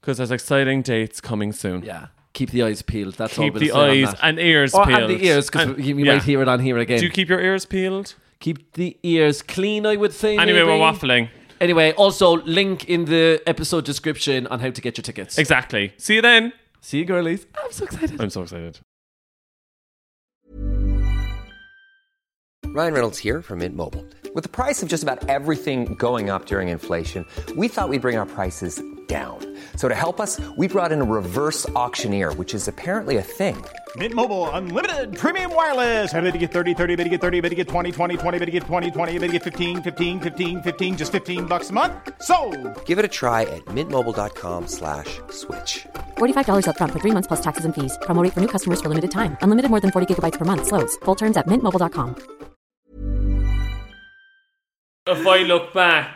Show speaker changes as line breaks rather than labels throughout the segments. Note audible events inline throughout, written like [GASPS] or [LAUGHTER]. because there's exciting dates coming soon.
yeah, keep the eyes peeled. That's all
Keep
we'll
the
say on
eyes
that.
and ears
or
peeled.
and the ears because
And-
you, you
yeah.
might hear it on here again.
Do you keep your ears peeled?
keep the ears clean, I would say.
Anyway,
maybe.
we're waffling.
Anyway, also link in the episode description on how to get your tickets.
Exactly. See you then.
See you, girlies. I'm so excited.
I'm so excited.
Ryan Reynolds here from Mint Mobile. With the price of just about everything going up during inflation, we thought we'd bring our prices down. So to help us, we brought in a reverse auctioneer, which is apparently a thing.
Mint Mobile unlimited premium wireless. Ready to get 30, 30, bit to get 30, bit to get 20, 20, 20, bit to get 20, 20, bit to get 15, 15, 15, 15 just 15 bucks a month. So,
Give it a try at mintmobile.com slash switch.
$45 upfront for three months plus taxes and fees. Promo rate for new customers for limited time. Unlimited more than 40 gigabytes per month. Slows. Full terms at mintmobile.com.
If I look back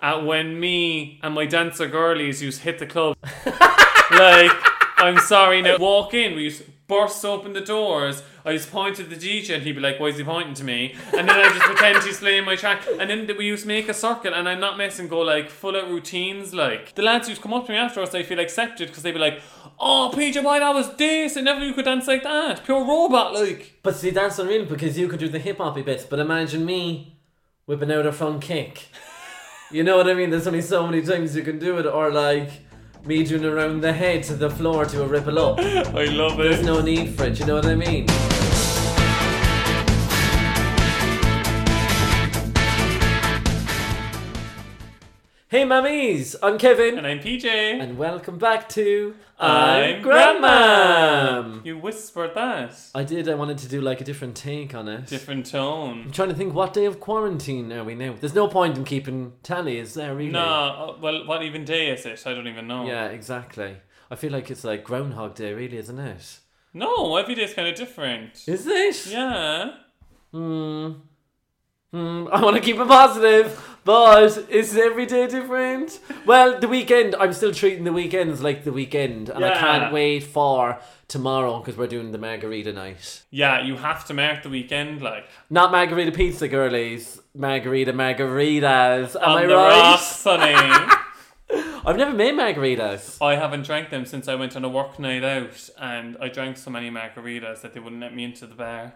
at when me and my dancer girlies used to hit the [LAUGHS] club, like, I'm sorry, now walk in, we used to burst open the doors. I just pointed at the DJ and he'd be like, Why is he pointing to me? And then I just pretend he's playing my track. And then we used to make a circle and I'm not messing, go like full out routines. Like, the lads who'd come up to me afterwards, I feel accepted because they'd be like, Oh, PJ, why that was this? I never knew you could dance like that. Pure robot, like.
But see, that's unreal because you could do the hip hoppy bits, but imagine me whipping out a front kick. You know what I mean? There's only so many times you can do it, or like me doing around the head to the floor to a ripple up.
I love it.
There's no need for it, you know what I mean? Hey, mummies! I'm Kevin.
And I'm PJ.
And welcome back to
I'm
Grandma.
You whispered that.
I did. I wanted to do like a different take on it.
Different
I'm
tone.
trying to think what day of quarantine are we now? There's no point in keeping tally, is there? Really?
No, uh, well, what even day is it? I don't even know.
Yeah, exactly. I feel like it's like Groundhog Day, really, isn't it?
No, every day's kind of different.
Is it?
Yeah.
Hmm. Hmm. I want to keep it positive, but is every day different? Well, the weekend, I'm still treating the weekends like the weekend, and I
Yeah.
can't wait for tomorrow because we're doing the margarita night.
Yeah, you have to mark the weekend, like.
Not margarita pizza, girlies. Margarita margaritas. Am
on
I
the
right?
Ross, Sunny.
[LAUGHS] I've never made margaritas.
I haven't drank them since I went on a work night out, and I drank so many margaritas that they wouldn't let me into the bar.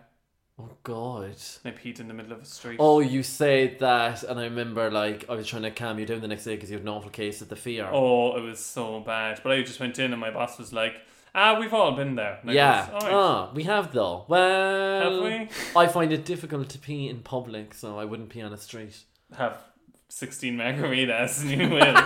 Oh God.
And I peed in the middle of the street.
Oh, you said that, and I remember like I was trying to calm you down the next day because you had an awful case of the fear.
Oh, it was so bad. But I just went in, and my boss was like, ah, we've all been there. And I
Yeah. Oh.
goes, "All right."
Ah, we have though. Well,
Have
I find it difficult to pee in public, so I wouldn't pee on a street.
have 16 margaritas and
[LAUGHS]
you will.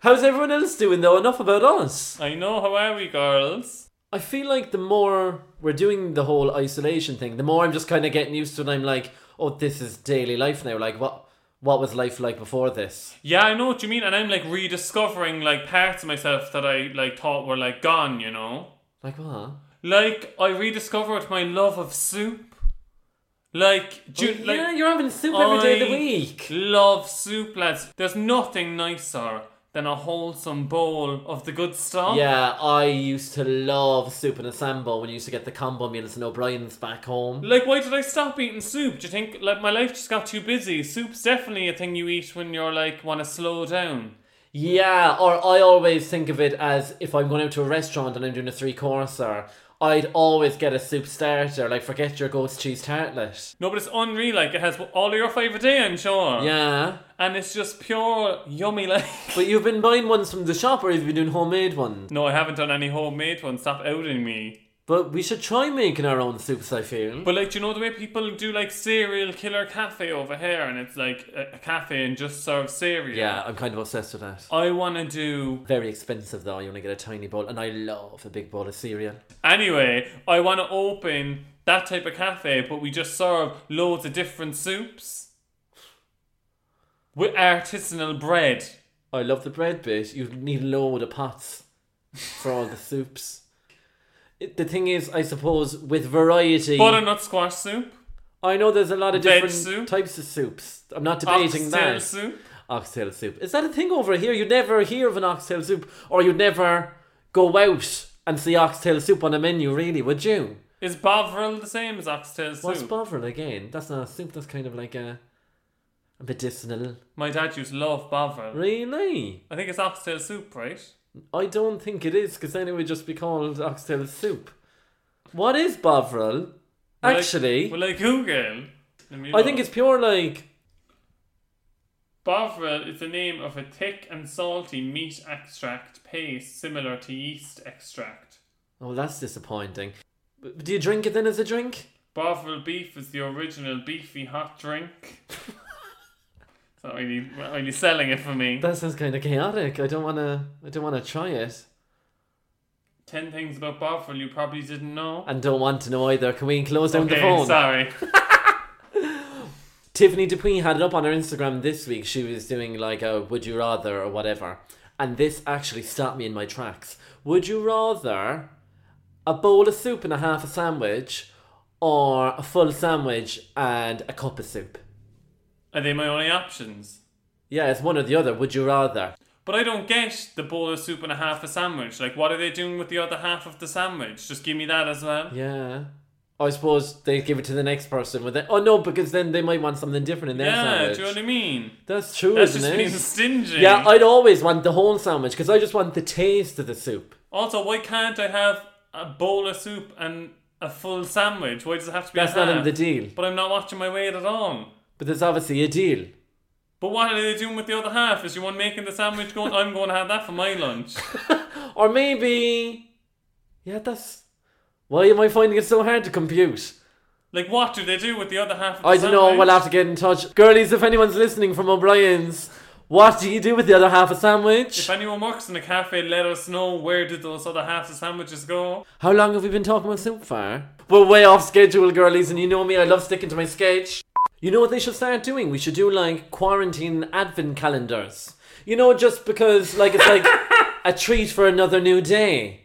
How's everyone else doing though? Enough about us.
I know, how are we, girls?
I feel like the more we're doing the whole isolation thing, the more I'm just kind of getting used to it. And I'm like, oh, this is daily life now. Like, what what was life like before this?
Yeah, I know what you mean, and I'm like rediscovering like parts of myself that I like thought were like gone, you know?
Like what?
Like, I rediscovered my love of soup. Like, do you-
Oh,
like,
yeah, you're having soup every day of the
I
week.
Love soup, lads. There's nothing nicer than a wholesome bowl of the good stuff.
Yeah, I used to love soup and a sambo when you used to get the combo meals in O'Brien's back home.
Like, why did I stop eating soup? Do you think like my life just got too busy? Soup's definitely a thing you eat when you're like want to slow down.
Yeah, or I always think of it as if I'm going out to a restaurant and I'm doing a three courser, I'd always get a soup starter, like forget your goat's cheese tartlet.
No, but it's unreal. Like it has all of your favourite day, I'm sure.
Yeah,
And it's just pure yummy. [LAUGHS] Like,
but you've been buying ones from the shop or you've been doing homemade ones.
no, I haven't done any homemade ones. Stop outing me.
But we should try making our own soups, I feel.
But like, do you know the way people do like serial killer cafe over here, and it's like a, a cafe and just serve cereal.
yeah, I'm kind of obsessed with that.
I want to do
Very expensive though, you only get a tiny bowl, and I love a big bowl of cereal.
anyway. I want to open that type of cafe, but we just serve loads of different soups with artisanal bread.
I love the bread bit. You need a load of pots for all the soups. It, the thing is, I suppose, with variety,
Butternut squash soup,
I know there's a lot of
Veg
different
soup?
types of soups. I'm not debating
oxtail
that.
soup.
Oxtail soup. Is that a thing over here? You'd never hear of an oxtail soup, or you'd never go out and see oxtail soup on a menu, really, would you?
Is Bovril the same as oxtail soup?
What's bovril again? That's not a soup, that's kind of like a, a medicinal.
My dad used to love Bovril.
Really?
I think it's oxtail soup, right?
I don't think it is, because then it would just be called oxtail soup. What is bovril?
Will I-
Actually,
will I Google? Let me
I think
look.
it's pure like.
Bovril is the name of a thick and salty meat extract paste similar to yeast extract.
Oh, that's disappointing. B- Do you drink it then as a drink?
Bovril beef is the original beefy
[LAUGHS]
hot drink. it's not really, not really selling it for me.
That sounds kind of chaotic. I don't wanna. I don't wanna try it,
10 things about Bovril you probably didn't know.
and don't want to know either. Can we close down the
okay,
phone?
sorry.
Tiffany Dupuy had it up on her Instagram this week. She was doing like a would you rather or whatever. And this actually stopped me in my tracks. Would you rather a bowl of soup and a half a sandwich or a full sandwich and a cup of soup?
Are they my only options?
Yeah, it's one or the other. Would you rather?
But I don't get the bowl of soup and a half a sandwich. Like, what are they doing with the other half of the sandwich? Just give me that as well.
Yeah. I suppose they give it to the next person with it. Oh no, because then they might want something different in their
Yeah,
sandwich.
do you know what I mean?
That's true,
That's
isn't
just
it?
being stingy.
yeah, I'd always want the whole sandwich because I just want the taste of the soup.
Also, why can't I have a bowl of soup and a full sandwich? Why does it have to be? a
That's not in
half?
the deal.
But I'm not watching my weight at all.
But there's obviously a deal.
But what are they doing with the other half? Is you one making the sandwich going? I'm going to have that for
[LAUGHS]
my lunch.
Or maybe. Yeah, that's. Why am I finding it so hard to compute?
Like, what do they do with the other half? Of the
I don't know,
sandwich?
we'll have to get in touch. Girlies, if anyone's listening from O'Brien's, what do you do with the other half a sandwich?
If anyone works in a cafe, let us know where did those other halves of sandwiches go.
How long have we been talking about so far? We're way off schedule, girlies, and you know me, I love sticking to my sketch. You know what they should start doing? We should do like quarantine advent calendars. You know, just because, like, it's [LAUGHS] like a treat for another new day.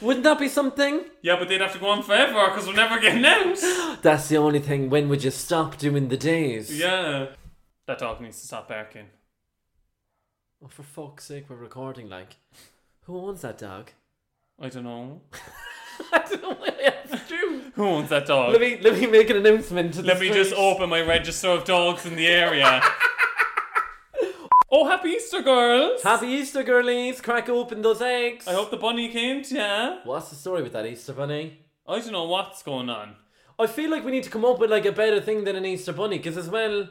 Wouldn't that be something?
Yeah, but they'd have to go on forever because we're never getting out.
[LAUGHS] That's the only thing. When would you stop doing the days?
yeah, that dog needs to stop barking.
Oh, for fuck's sake, we're recording. Like, who owns that dog?
I don't know.
[LAUGHS] I don't know why I asked you.
Who owns that dog?
Let me let me make an announcement. To the
Let me just
street.
open my register of dogs in
[LAUGHS]
the area. oh, happy Easter, girls!
Happy Easter, girlies! Crack open those eggs.
I hope the bunny came to ya.
What's the story with that Easter bunny?
I don't know what's going on.
I feel like we need to come up with like a better thing than an Easter bunny, because as well,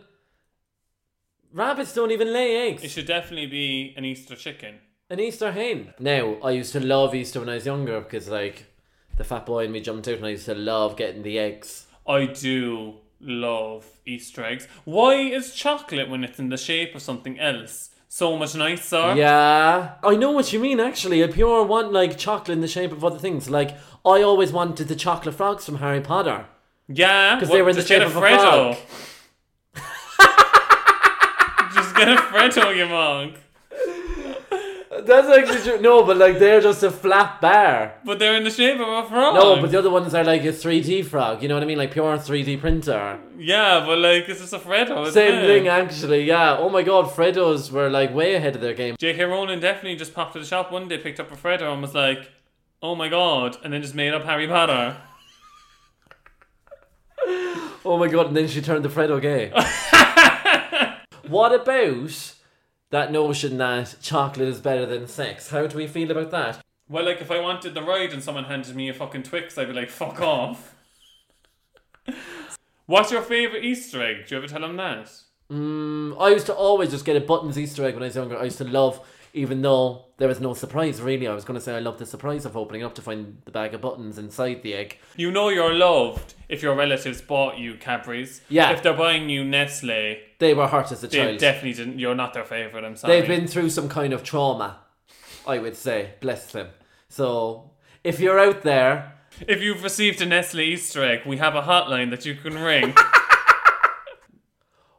rabbits don't even lay eggs.
It should definitely be an Easter chicken.
An Easter hen. Now, I used to love Easter when I was younger because like the fat boy and me jumped out, and I used to love getting the eggs.
I do love Easter eggs. Why is chocolate, when it's in the shape of something else, so much nicer?
Yeah, I know what you mean. Actually, a pure want like chocolate in the shape of other things. Like I always wanted the chocolate frogs from Harry Potter.
Yeah,
'Cause
what-
they were in the
just get
shape
a
of a
Freddo.
[LAUGHS]
just get a Freddo, you monk.
That's actually true. No, but like they're just a flat bar.
But they're in the shape of a frog.
No, but the other ones are like a three D frog. You know what I mean? Like pure three D printer.
yeah, but like it's just a Freddo. isn't
Same
it?
thing, actually. Yeah. Oh my God, Freddos were like way ahead of their game.
J.K. Rowling definitely just popped to the shop one day, picked up a Freddo, and was like, "Oh my god!" and then just made up Harry Potter.
Oh my God, and then she turned the Freddo
[LAUGHS]
gay. what about that notion that chocolate is better than sex? How do we feel about that?
Well, like if I wanted the ride and someone handed me a fucking Twix, I'd be like, "Fuck off." [LAUGHS] What's your favorite Easter egg? Do you ever tell them that?
Mm, I used to always just get a buttons Easter egg when I was younger. I used to love even though there was no surprise really. I was going to say I love the surprise of opening up to find the bag of buttons inside the egg.
You know you're loved if your relatives bought you Cadbury's.
Yeah.
If they're buying you Nestle,
They were hurt as a
they
child.
definitely didn't. You're not their favorite. I'm sorry.
They've been through some kind of trauma, I would say. Bless them. So if you're out there,
If you've received a Nestle Easter egg, we have a hotline that you
[LAUGHS]
can ring.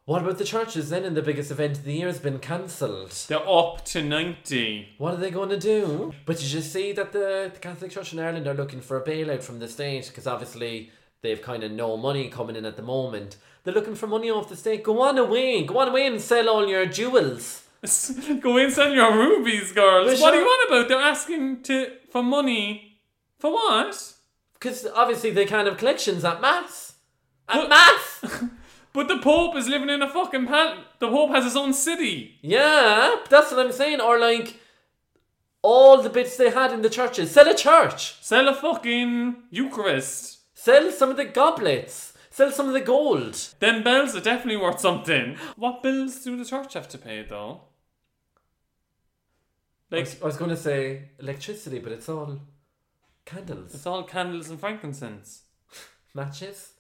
what about the churches then? And the biggest event of the year has been cancelled.
they're up to ninety. [LAUGHS]
What are they going to do? But did you see that the, the Catholic Church in Ireland are looking for a bailout from the state because obviously they've kind of no money coming in at the moment. They're looking for money off the state. Go on away. Go on away and sell all your jewels.
Go in, send your rubies, girls.
Well,
what
sure.
do you want about? They're asking to for money. For what? [LAUGHS]
Because obviously they can't have collections at Mass. At
Well-
Mass!
But the Pope is living in a fucking pal. The Pope has his own city.
yeah, that's what I'm saying. Or like all the bits they had in the churches. Sell a church.
Sell a fucking Eucharist.
Sell some of the goblets. Sell some of the gold.
Them bells are definitely worth something. What bills do the church have to pay though?
I
Like
was, I was going to say electricity, but it's all candles.
it's all candles and frankincense.
matches.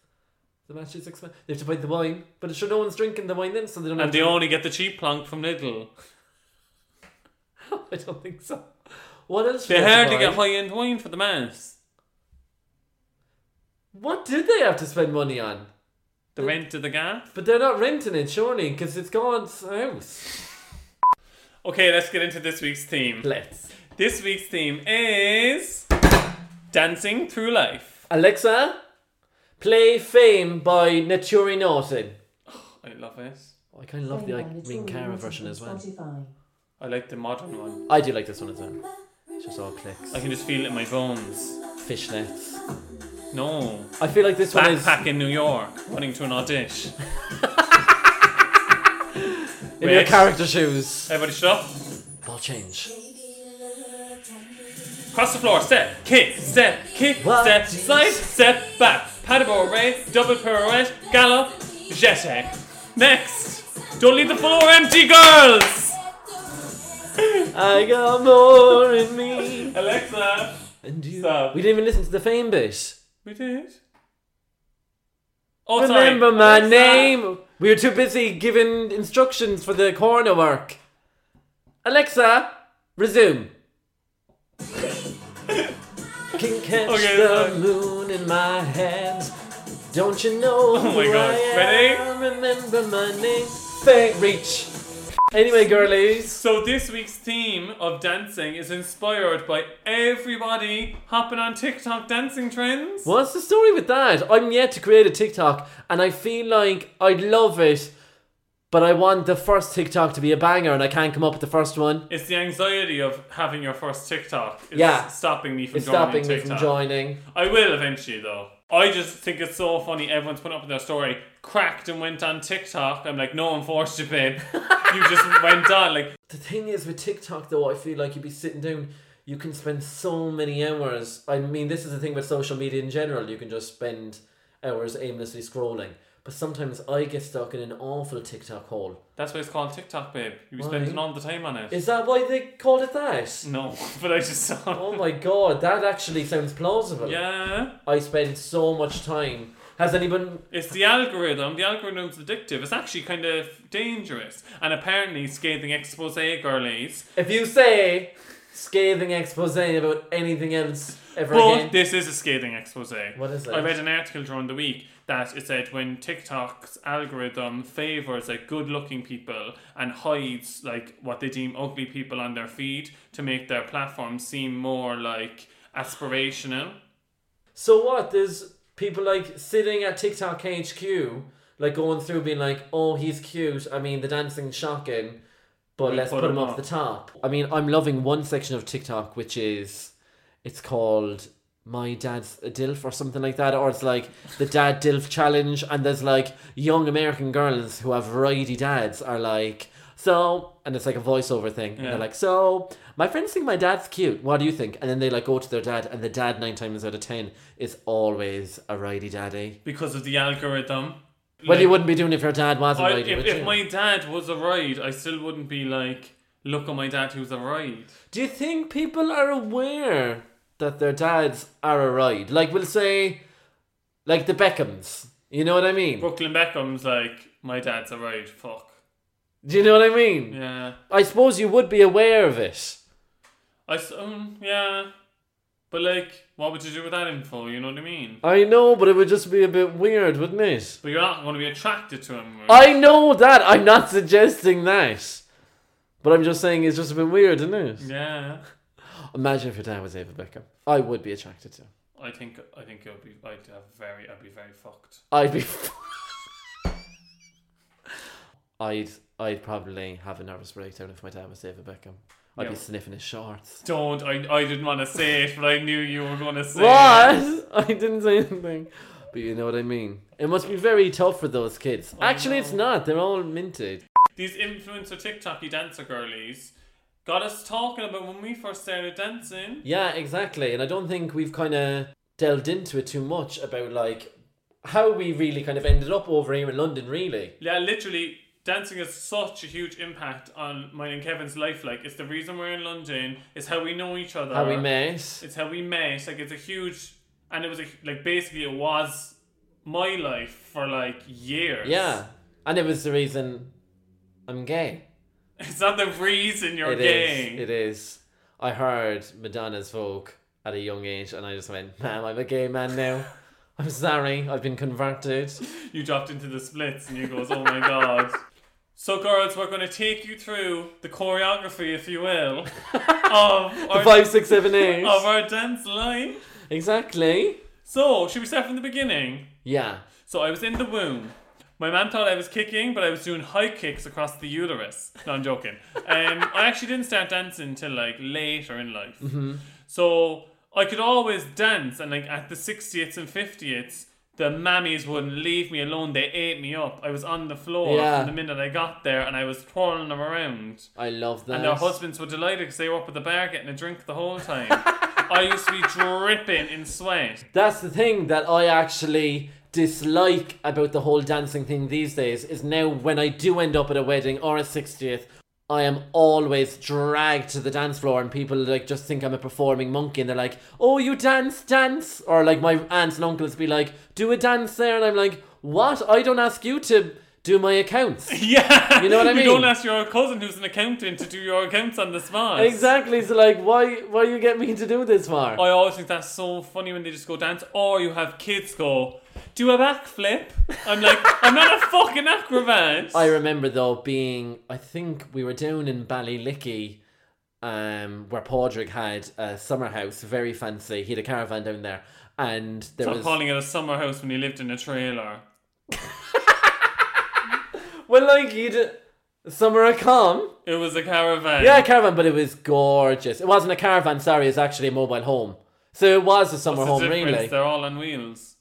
The matches expensive. They have to buy the wine, but sure no one's drinking the wine then, so they don't.
And
Have
they
to...
only get the cheap plonk from Lidl.
[LAUGHS] I don't think so. What else?
They
should have
hardly
buy?
get high end wine for the mass.
What did they have to spend money on?
The rent of the gaff.
But they're not renting it, surely, because it's God's house.
Okay, let's get into this week's theme.
Let's.
This week's theme is dancing through life.
Alexa, play Fame by Naturi Norton.
I love it.
Oh, I kind of love the like, Mean Cara version as well.
I like the modern one.
I do like this one as well. It's just all clicks.
I can just feel it in my bones.
Fishnets.
No.
I feel like this one is.
Backpack in New York, running to an audition.
In your
Wait.
character shoes.
Everybody shut up.
Ball change.
Cross the floor, step, kick, step, kick,
What?
step, slide, step, back, pas de bourrée, double pirouette, gallop, jeté. Next! Don't leave the floor empty, girls!
I got more in me.
Alexa!
And you.
Stop.
We didn't even listen to the fame bit.
We did. Oh, sorry.
Remember my
Alexa.
name. We were too busy giving instructions for the corner work. Alexa,
[LAUGHS]
resume. Can catch
Okay,
the
sorry.
moon in my hands. Don't you know who
Oh my God.
I am?
Ready?
Remember my name. Fake reach. Anyway, girlies.
So this week's theme of dancing is inspired by everybody hopping on TikTok dancing trends.
What's the story with that? I'm yet to create a TikTok and I feel like I'd love it, but I want the first TikTok to be a banger and I can't come up with the first one.
It's the anxiety of having your first TikTok. It's
Yeah.
stopping me from
It's
joining
stopping me from
TikTok.
joining.
I will eventually though. I just think it's so funny. Everyone's putting up in their story, cracked and went on TikTok. I'm like, no, unfortunately, babe. [LAUGHS] you just went on. Like,
The thing is with TikTok though, I feel like you'd be sitting down, you can spend so many hours. I mean, this is the thing with social media in general, you can just spend hours aimlessly scrolling. But sometimes I get stuck in an awful TikTok hole.
that's why it's called TikTok, babe. You were spending all the time on it.
Is that why they called it that?
no, [LAUGHS] but I just saw.
Oh my god, that actually sounds plausible.
Yeah.
I spend so much time. Has anyone?
It's the algorithm. The algorithm's addictive. It's actually kind of dangerous. And apparently, scathing expose girlies.
If you say scathing expose about anything else ever
But
again,
this is a scathing expose.
What is
I
it?
read an article during the week that it said when TikTok's algorithm favors like good-looking people and hides like what they deem ugly people on their feed to make their platform seem more like aspirational.
so what? There's people like sitting at TikTok HQ, like going through, being like, "Oh, he's cute." I mean, the dancing's shocking, but let's put, him off the top. I mean, I'm loving one section of TikTok, which is, it's called my dad's a dilf or something like that or it's like the dad dilf challenge and there's like young american girls who have righty dads are like so and it's like a voiceover thing and they're like so my friends think my dad's cute what do you think and then they like go to their dad and the dad nine times out of ten is always a righty daddy
Because of the algorithm,
well you wouldn't be doing it if your dad wasn't
I,
righty
if,
would
if
you?
my dad was a ride, I still wouldn't be like, look at my dad who's a ride.
Do you think people are aware that their dads are a ride? Like we'll say, like the Beckhams. You know what I mean?
Brooklyn Beckham's like, my dad's a ride, fuck.
Do you know what I mean?
Yeah.
I suppose you would be aware of it.
I, s- um, yeah. But like, what would you do with that info? You know what I mean?
I know, but it would just be a bit weird, wouldn't it?
But you're not going to be attracted to him. or-
I know that. I'm not suggesting that. But I'm just saying it's just a bit weird, isn't it?
Yeah.
Imagine if your dad was David Beckham. I would be attracted to him.
I think I think it would be. I'd have very. I'd be very fucked.
I'd be. [LAUGHS] I'd I'd probably have a nervous breakdown if my dad was David Beckham. I'd be
Yeah.
sniffing his shorts.
Don't. I. I didn't want to say it, but I knew you were going to say.
What?
It.
[LAUGHS] I didn't say anything. But you know what I mean. It must be very tough for those kids. Actually, it's not. They're all minted.
These influencer TikToky dancer girlies got us talking about when we first started dancing.
Yeah, exactly. And I don't think we've kind of delved into it too much about like how we really kind of ended up over here in London. Really,
Yeah, literally, dancing has such a huge impact on mine and Kevin's life. Like, it's the reason we're in London. It's how we know each other.
how we met.
Uh-huh. It's how we met. Like it's a huge, and it was a, like basically it was my life for like years.
Yeah, and it was the reason I'm gay.
[LAUGHS] it's not the reason you're
It is.
gay.
It is. I heard Madonna's Vogue at a young age, and I just went, "Man, I'm a gay man
[LAUGHS]
now. I'm sorry, I've been converted."
You dropped into the splits, and you goes, oh
[LAUGHS]
my god. So girls, we're gonna take you through the choreography, if you
[LAUGHS]
will, of our,
Five, six, seven, eight.
of our dance line.
exactly.
So should we start from the beginning?
Yeah.
So I was in the womb. My man thought I was kicking, but I was doing high kicks across the uterus. No, I'm joking. Um, I actually didn't start dancing until like later in life. So I could always dance, and like at the 60th and 50th, the mammies wouldn't leave me alone. They ate me up. I was on the floor
Yeah.
from the minute I got there, and I was twirling them around.
I love that.
And their husbands were delighted because they were up at the bar getting a drink the whole time. I used to be dripping in sweat.
That's the thing that I actually dislike about the whole dancing thing these days is now when I do end up at a wedding or a 60th, I am always dragged to the dance floor and people like just think I'm a performing monkey and they're like, "Oh, you dance, dance." Or like my aunts and uncles be like, "Do a dance there." And I'm like, "What? I don't ask you to do my accounts."
[LAUGHS] Yeah.
You know what I mean?
You don't ask your cousin who's an accountant to do your accounts on the spot.
exactly. So like, why why you get me to do this for?
I always think that's so funny when they just go dance, or you have kids go, do a backflip. I'm like, I'm not a fucking acrobat.
I remember though being, I think we were down in Ballylickey, um, where Padraig had a summer house, very fancy. He had a caravan down there, and there
Stop
was
calling it a summer house when you lived in a trailer.
well, like you'd summer a calm,
It was a caravan.
yeah, a caravan, but it was gorgeous. It wasn't a caravan, sorry, it's actually a mobile home. So it was a summer
What's the
home,
difference?
really.
They're all on wheels.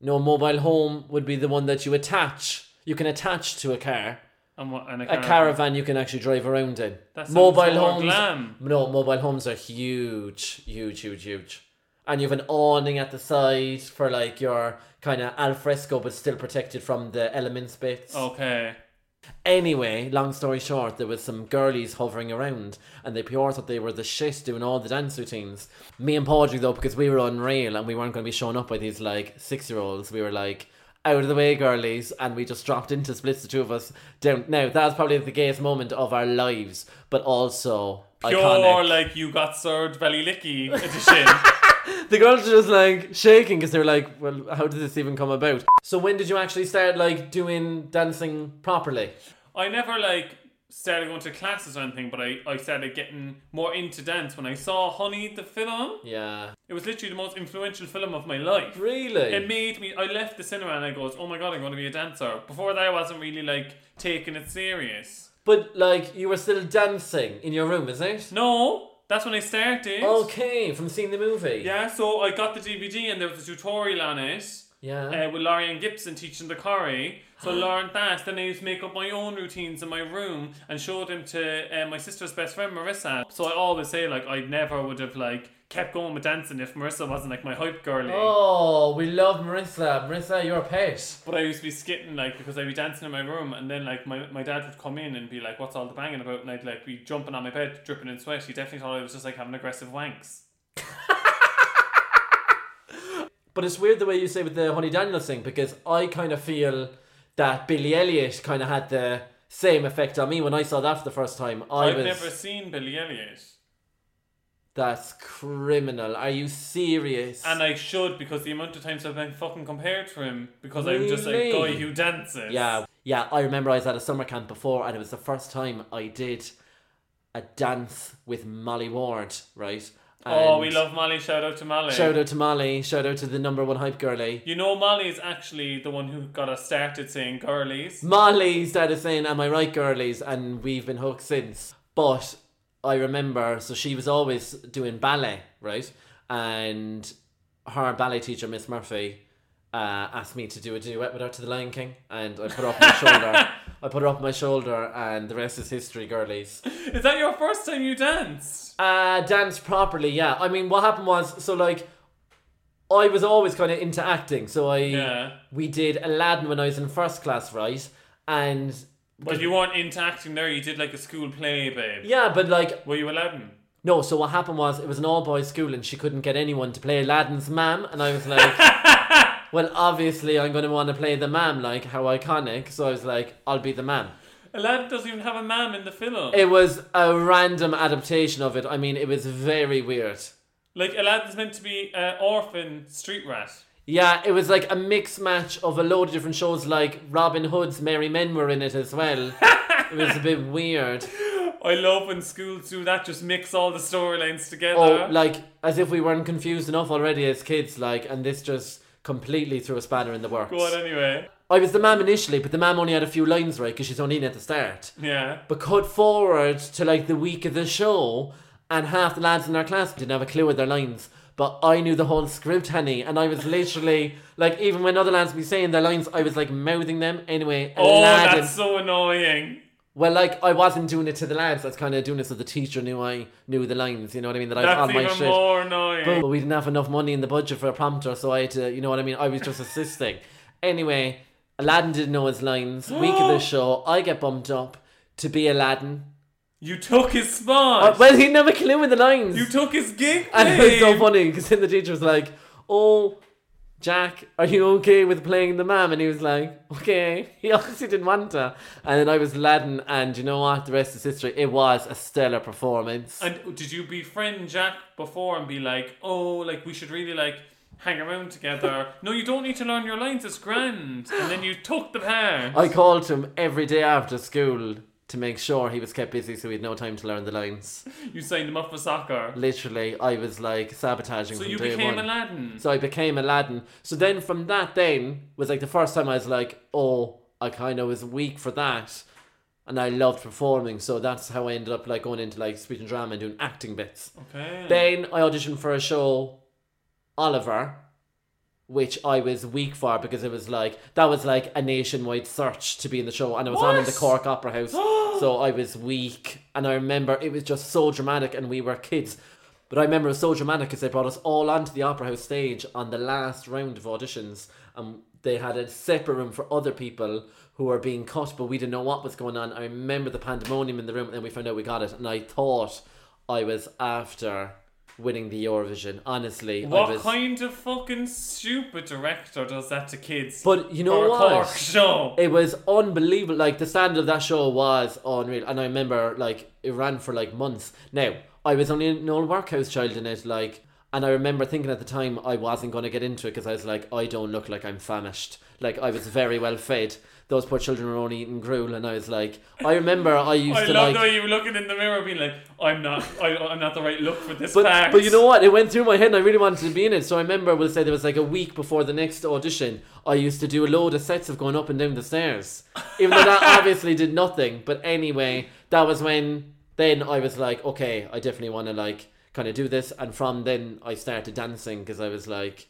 No, mobile home would be the one that you attach. You can attach to a car.
And, what, and a,
A
caravan.
caravan you can actually drive around in.
That sounds
mobile
more
homes.
glam.
No, mobile homes are huge, huge, huge, huge. And you have an awning at the side for like your kind of al fresco, but still protected from the elements bits.
Oh, Okay.
Anyway, long story short, there was some girlies hovering around, and they pure thought they were the shit doing all the dance routines. Me and Padraig though, because we were unreal and we weren't going to be shown up by these like six year olds, we were like out of the way, girlies, and we just dropped into splits the two of us down. Now that was probably the gayest moment of our lives, but also
Pure
iconic.
like you got served belly licky edition.
the girls were just like shaking because they were like, "Well, how did this even come about?" So when did you actually start like doing dancing properly?
I never like started going to classes or anything, but I, I started getting more into dance when I saw Honey the film.
Yeah,
It was literally the most influential film of my life.
really.
It made me. I left the cinema and I goes, oh my god, I'm going to be a dancer. Before that, I wasn't really like taking it serious.
But like you were still dancing in your room, is it?
No, that's when I started.
Okay, from seeing the movie.
Yeah, so I got the DVD and there was a tutorial on it.
Yeah.
Uh, with Laurie and Gibson teaching the Corrie. So I learned that. Then I used to make up my own routines in my room and showed them to uh, my sister's best friend Marissa. So I always say like I never would have like kept going with dancing if Marissa wasn't like my hype girlie.
Oh, we love Marissa. Marissa, you're a pet.
But I used to be skitting like because I'd be dancing in my room and then like my, my dad would come in and be like, What's all the banging about? And I'd like be jumping on my bed, dripping in sweat. He definitely thought I was just like having aggressive wanks.
But it's weird the way you say with the Honey Daniels thing because I kind of feel that Billy Elliot kind of had the same effect on me when I saw that for the first time. I
I've
was
never seen Billy Elliot.
that's criminal. Are you serious?
And I should because the amount of times I've been fucking compared to him because I'm just a
Really?
guy who dances.
yeah, yeah. I remember I was at a summer camp before, and it was the first time I did a dance with Molly Ward. Right?
Oh,
And
we love Molly. Shout out to Molly.
Shout out to Molly. Shout out to the number one hype girlie.
You know, Molly is actually the one who got us started saying girlies.
Molly started saying, Am I right, girlies? And we've been hooked since. But I remember, so she was always doing ballet, right? And her ballet teacher, Miss Murphy, uh, asked me to do a duet with her to the Lion King. And I put her up my shoulder. I put her up my shoulder, and the rest is history, girlies.
Is that your first time you danced?
Uh, danced properly, yeah. I mean, what happened was, so like, I was always kind of into acting. So I,
Yeah.
we did Aladdin when I was in first class, right? And
But you weren't into acting there, you did like a school play, babe.
yeah, but like,
Were you 11?
no. So what happened was, it was an all boys school, and she couldn't get anyone to play Aladdin's mam, and I was like. Well, obviously, I'm going to want to play the mam, like, how iconic. So I was like, I'll be the mam.
Aladdin doesn't even have a mam in the film.
It was a random adaptation of it. I mean, it was very weird.
like, Aladdin's meant to be an orphan street rat.
Yeah, it was like a mix match of a load of different shows, like Robin Hood's Merry Men were in it as well. it was a bit weird.
I love when schools do that, just mix all the storylines together.
Oh, like as if we weren't confused enough already as kids, like, and this just completely threw a spanner in the works.
Go on anyway.
I was the mam initially, but the mam only had a few lines, right? Because she's only in at the start.
Yeah.
But cut forward to like the week of the show, and half the lads in our class didn't have a clue of their lines. But I knew the whole script, honey, and I was literally like, even when other lads be saying their lines, I was like mouthing them anyway.
Oh,
Aladdin.
that's so annoying.
Well, like I wasn't doing it to the lads. I was kind of doing it so the teacher knew I knew the lines. You know what I mean? That I was
That's
on my
even
shit. Oh,
more annoying.
But we didn't have enough money in the budget for a prompter, so I had to, you know what I mean? I was just assisting. Anyway, Aladdin didn't know his lines. Week of the show, I get bumped up to be Aladdin.
You took his spot.
Uh, well, he never clue with the lines.
you took his gig.
and it was so
babe.
funny because then the teacher was like, "Oh, Jack, are you okay with playing the mam?" And he was like, "Okay." [LAUGHS] He obviously didn't want to. And then I was Laddin, and you know what? The rest is history. It was a stellar performance.
And did you befriend Jack before and be like, oh, like we should really like hang around
[LAUGHS]
together? no, you don't need to learn your lines. It's grand. And then you took the part.
I called him every day after school to make sure he was kept busy, so he had no time to learn the lines.
you signed him up for soccer.
Literally, I was like sabotaging.
So
from
you
day
became
one.
Aladdin.
So I became Aladdin. So then from that then was like the first time I was like, oh, I kind of was weak for that. And I loved performing. So that's how I ended up like going into like speech and drama and doing acting bits.
okay.
Then I auditioned for a show, Oliver, which I was weak for because it was like, that was like a nationwide search to be in the show. And I was on in the
What?
Cork Opera
[GASPS]
House. so I was weak. And I remember it was just so dramatic and we were kids. But I remember it was so dramatic because they brought us all onto the Opera House stage on the last round of auditions. And they had a separate room for other people who were being cut, but we didn't know what was going on. I remember the pandemonium in the room, and then we found out we got it. And I thought I was after winning the Eurovision. Honestly,
what
I was.
kind of fucking stupid director does that to kids?
But you know
for a
what?
Cork show.
It was unbelievable. Like the standard of that show was unreal, and I remember like it ran for like months. Now I was only an old workhouse child in it, like, and I remember thinking at the time I wasn't going to get into it because I was like, I don't look like I'm famished. Like I was very well fed. Those poor children were only eating gruel, and I was like, I remember I used
I
to
love
like.
the way you were looking in the mirror, being like, "I'm not, I, I'm not the right look for this
But,
part."
but you know what? It went through my head and I really wanted to be in it. So I remember, we'll say there was like a week before the next audition, I used to do a load of sets of going up and down the stairs. Even though
[LAUGHS]
that obviously did nothing. But anyway, that was when then I was like, okay, I definitely want to like kind of do this. And from then I started dancing because I was like,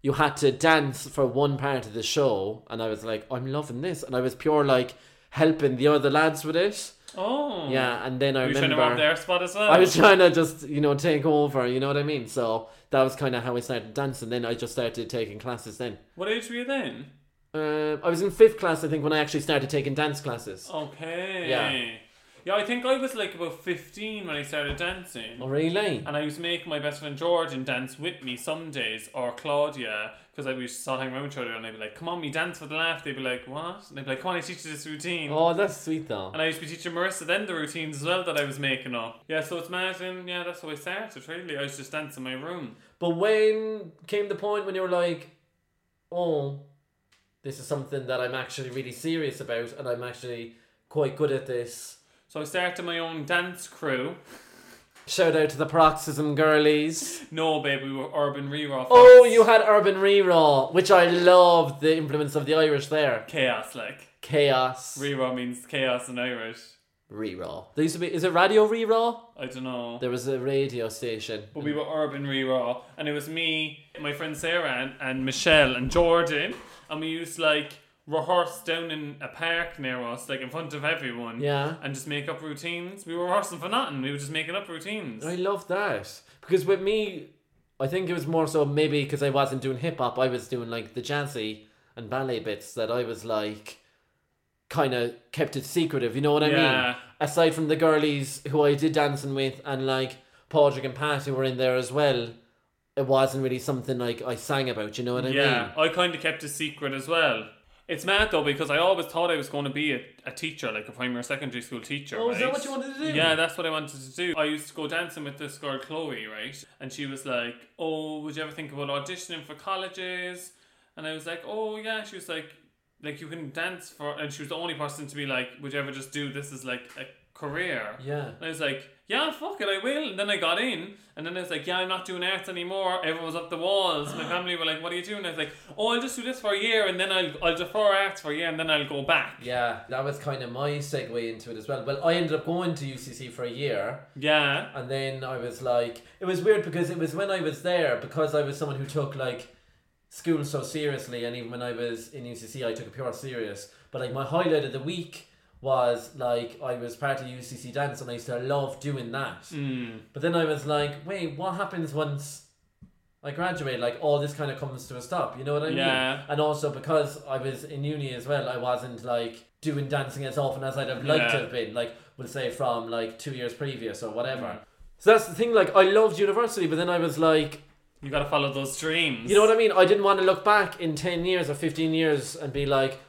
you had to dance for one part of the show. And I was like, I'm loving this. And I was pure like helping the other lads with it.
Oh.
Yeah, and then I
Were you trying
remember
to rob their spot as well?
I was trying to just, you know, take over, you know what I mean? So that was kind of how I started dancing. Then I just started taking classes then.
What age were you then?
Um, I was in fifth class, I think, when I actually started taking dance classes.
Okay.
Yeah.
Yeah, I think I was like about 15 when I started dancing.
Oh, really?
And I used to make my best friend Jordan dance with me some days, or Claudia, because I was saw hanging around with each other, and I'd be like, "Come on, we dance for the laugh." They'd be like, "What?" And they'd be like, "Come on, I teach you this routine."
Oh, that's sweet though.
And I used to be teaching Marissa then the routines as well that I was making up. Yeah, so it's Martin. Yeah, that's how I started. Really, I was just dancing in my room.
But when came the point when you were like, oh, this is something that I'm actually really serious about and I'm actually quite good at this?
So I started my own dance crew.
Shout out to the Paroxysm
[LAUGHS]
Girlies.
No, babe, we were Urban Reroll.
Oh, you had Urban Reroll, which I loved the influence of the Irish there.
chaos like
Chaos.
reroll means chaos in Irish.
Reroll. There used to be, is it Radio Reroll?
I don't know.
There was a radio station.
But we were urban re-raw, and it was me, my friend Sarah, and, and Michelle, and Jordan, and we used to, like rehearse down in a park near us, like in front of everyone.
Yeah.
And just make up routines. We were rehearsing for nothing. We were just making up routines.
I love that. Because with me, I think it was more so maybe because I wasn't doing hip hop, I was doing like the jazzy and ballet bits that I was like kind of kept it secretive, you know what I mean?
Yeah.
Aside from the girlies who I did dancing with and like Padraig and Pat who were in there as well, it wasn't really something like I sang about, you know what I
yeah,
mean?
I kind of kept a secret as well. It's mad though because I always thought I was going to be a, a teacher, like a primary secondary school teacher.
Oh, is that
right?
what you wanted to do?
Yeah, that's what I wanted to do. I used to go dancing with this girl Chloe, right? And she was like, "Oh, would you ever think about auditioning for colleges?" And I was like, "Oh yeah." She was like, "Like you can dance for," and she was the only person to be like, "Would you ever just do this as like a career?"
Yeah.
And I was like, yeah, fuck it, I will. And then I got in, and then I was like, yeah, I'm not doing arts anymore. Everyone was up the
[GASPS]
walls. My family were like, what are you doing? I was like, oh, I'll just do this for a year, and then I'll, I'll defer arts for a year, and then I'll go back.
Yeah, that was kind of my segue into it as well. Well, I ended up going to UCC for a year.
Yeah.
And then I was like, it was weird because it was when I was there, because I was someone who took like school so seriously, and even when I was in UCC, I took it pure serious. But like my highlight of the week was like I was part of UCC dance, and I used to love doing that. But then I was like, wait, what happens once? I graduate, like all this kind of comes to a stop. You know what I mean?
Yeah.
And also because I was in uni as well, I wasn't like doing dancing as often as I'd have liked to
Yeah.
have been. Like we'll say from like two years previous or whatever.
Mm.
So that's the thing. Like I loved university, but then I was like,
You gotta follow those dreams.
you know what I mean? I didn't want to look back in ten years or fifteen years and be like,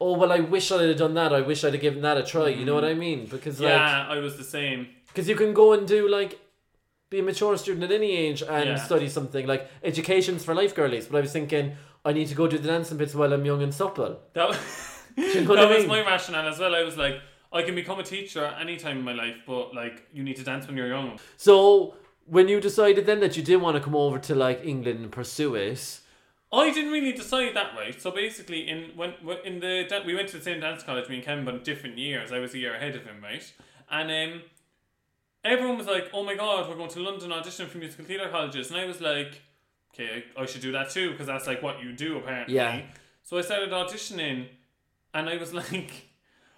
oh well, I wish I'd have done that. I wish I'd have given that a try. You know what I mean? Because like,
Mm. Yeah, I was the same.
because you can go and do like be a mature student at any age and
Yeah.
study something like education's for life girlies but i was thinking i need to go do the dancing bits while i'm young and supple
That, was,
[LAUGHS] you
that [LAUGHS]
know what I
was
mean?
my rationale as well. I was like, I can become a teacher anytime in my life, but like, you need to dance when you're young.
so when you decided then that you did want to come over to like england and pursue it
I didn't really decide that way. So basically, in when, when in the dan- we went to the same dance college, me and Ken, but different years. I was a year ahead of him, right? And um, everyone was like, "Oh my god, we're going to London audition for musical theatre colleges," and I was like, "Okay, I, I should do that too because that's like what you do apparently."
Yeah.
So I started auditioning, and I was [LAUGHS] like,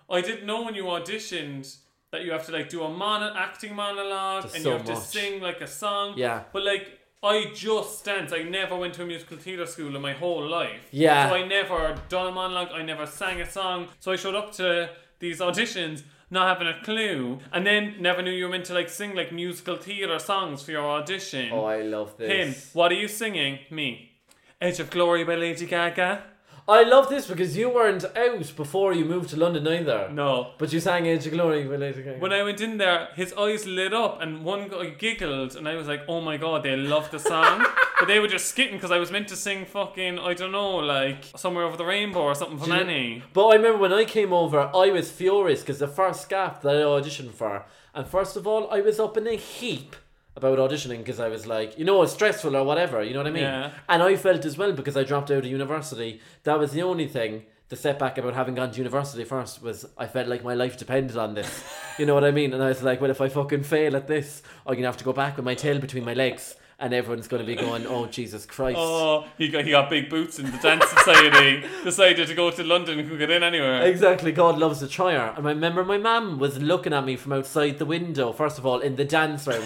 I didn't know when you auditioned that you have to like do a mono- acting monologue
There's
and
so
you have
much.
to sing like a song.
Yeah.
But like I just dance. I never went to a musical theatre school in my whole life.
Yeah.
So I never done a monologue. I never sang a song. So I showed up to these auditions not having a clue, and then never knew you were meant to like sing like musical theatre songs for your audition.
oh i love
Him.
this
What are you singing? Me. Edge of Glory by Lady Gaga.
i love this because you weren't out before you moved to london either
No.
but you sang age of glory with Lady Gaga.
When I went in there, his eyes lit up and one guy giggled, and I was like, oh my god, they love the [LAUGHS] song. but they were just skitting because I was meant to sing fucking, I don't know, like Somewhere Over the Rainbow or something from
you-
Annie.
But I remember when I came over, I was furious because the first gap that I auditioned for, and first of all, I was up in a heap about auditioning because I was like, you know, it's stressful or whatever, you know what I mean?
Yeah.
And I felt as well because I dropped out of university. That was the only thing. The setback about having gone to university first was I felt like my life depended on
[LAUGHS]
this. you know what I mean? And I was like, well, if I fucking fail at this, I'm gonna have to go back with my tail between my legs. and everyone's going to be going, "Oh Jesus Christ!"
Oh, he got, he got big boots in the dance [LAUGHS] society. Decided to go to London and could get in anywhere.
Exactly, God loves a trier. And I remember my mum was looking at me from outside the window, first of all, in the dance room.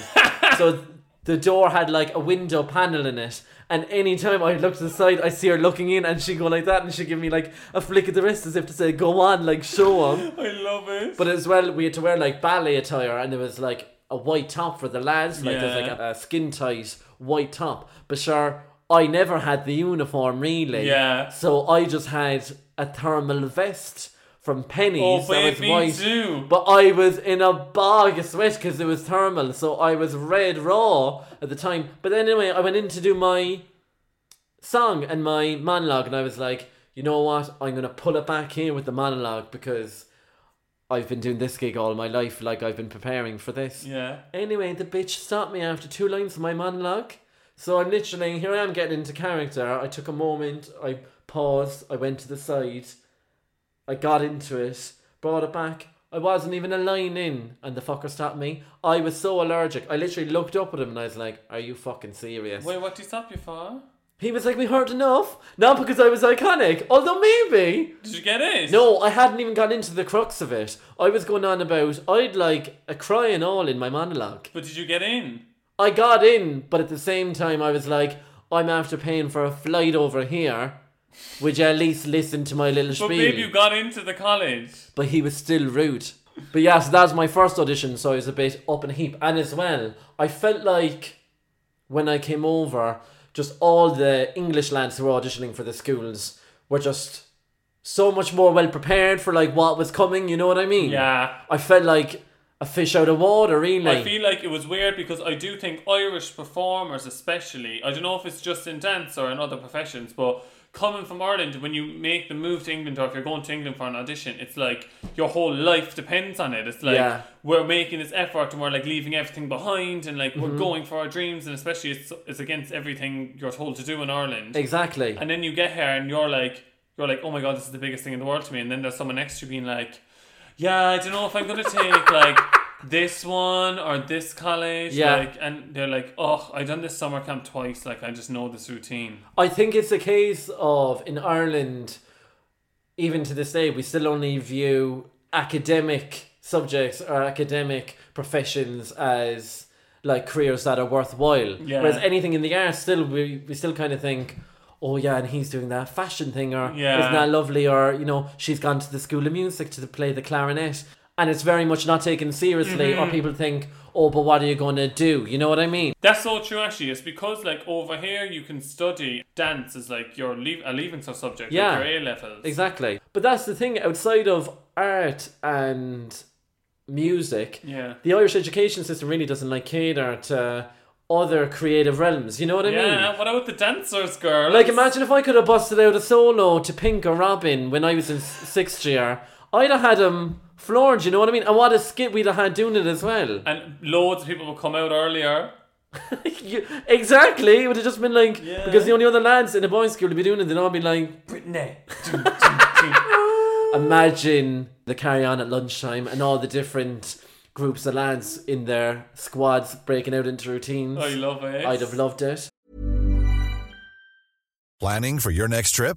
so the door had like a window panel in it. And any time I look to the side, I see her looking in and she'd go like that and she'd give me like a flick of the wrist as if to say, go on, like show 'em."
I love it.
But as well, we had to wear like ballet attire, and there was like a white top for the lads, like there's like a, a skin tight white top. But sure, I never had the uniform really.
Yeah.
So I just had a thermal vest from Penny's
Oh,
that was
baby,
white.
too.
But I was in a bog of sweat because it was thermal, so I was red raw at the time. But anyway, I went in to do my song and my monologue, and I was like, you know what? I'm gonna pull it back here with the monologue because I've been doing this gig all my life, like I've been preparing for this.
yeah.
Anyway, the bitch stopped me after two lines of my monologue. So I'm literally, here I am getting into character. I took a moment, I paused, I went to the side, I got into it, brought it back. I wasn't even a line in, and the fucker stopped me. I was so allergic. I literally looked up at him and I was like, Are you fucking serious?
Wait, what do you stop you for?
He was like, We heard enough. Not because I was iconic, although maybe.
Did you get it?
No, I hadn't even got into the crux of it. I was going on about I'd like a cry and all in my monologue.
But did you get in?
I got in, but at the same time, I was like, I'm after paying for a flight over here. Would you at least listen to my little
But
spiel?
maybe you got into the college.
but he was still rude. But yeah, so that was my first audition, so I was a bit up in a heap. And as well, I felt like when I came over, just all the English lads who were auditioning for the schools were just so much more well prepared for like what was coming, you know what I mean?
Yeah.
I felt like a fish out of water, really.
I feel like it was weird because I do think Irish performers, especially, I don't know if it's just in dance or in other professions, but coming from Ireland, when you make the move to England or if you're going to England for an audition, it's like your whole life depends on it. It's like
Yeah.
we're making this effort and we're like leaving everything behind and like we're going for our dreams, and especially it's, it's against everything you're told to do in Ireland.
exactly.
And then you get here and you're like, you're like, oh my god, this is the biggest thing in the world to me. And then there's someone next to you being like, yeah, I don't know if I'm gonna take like [LAUGHS] this one or this college.
Yeah.
Like, and they're like, oh, I done this summer camp twice. Like, I just know this routine.
I think it's a case of in Ireland, even to this day, we still only view academic subjects or academic professions as like careers that are worthwhile.
Yeah.
Whereas anything in the arts, still we, we still kind of think, oh yeah, and he's doing that fashion thing, or
Yeah.
isn't that lovely, or you know, she's gone to the school of music to play the clarinet. And it's very much not taken seriously,
Mm-hmm.
or people think, oh, but what are you going to do? You know what I mean?
That's so true, actually. It's because like over here you can study dance is like your leave a leaving cert subject.
Yeah.
Like your A levels.
Exactly. But that's the thing, outside of art and music,
Yeah.
the Irish education system really doesn't like cater to other creative realms. You know what I mean?
Yeah. What about the dancers, girl?
Like, imagine if I could have busted out a solo to Pink or Robin when I was in s- sixth year. I'd have had him floored, you know what I mean? And what a skit we'd have had doing it as well.
And loads of people will come out earlier.
You- [LAUGHS] exactly. It would have just been like, because the only other lads in the boys' school would be doing it, they'd all be like,
[LAUGHS] Brittany.
imagine the carry on at lunchtime and all the different groups of lads in their squads breaking out into routines.
I love it.
I'd have loved it.
Planning for your next trip?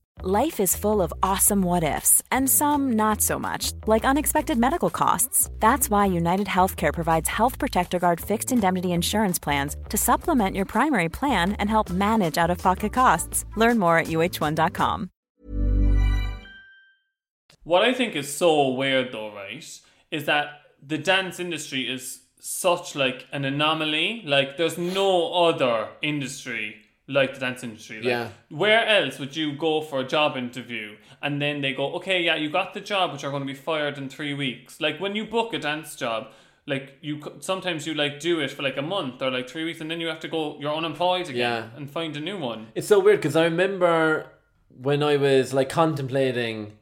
Life is full of awesome what ifs, and some not so much, like unexpected medical costs. That's why United Healthcare provides Health Protector Guard fixed indemnity insurance plans to supplement your primary plan and help manage out of pocket costs. Learn more at uh1.com.
What I think is so weird though, right, is that the dance industry is such like an anomaly. Like there's no other industry like the dance industry. Like,
Yeah.
Where else would you go for a job interview and then they go, Okay, yeah, you got the job but you're gonna be fired in three weeks. Like when you book a dance job, like you c- sometimes you like do it for like a month or like three weeks, and then you have to go. You're unemployed again
Yeah.
and find a new one.
It's so weird because I remember when I was like contemplating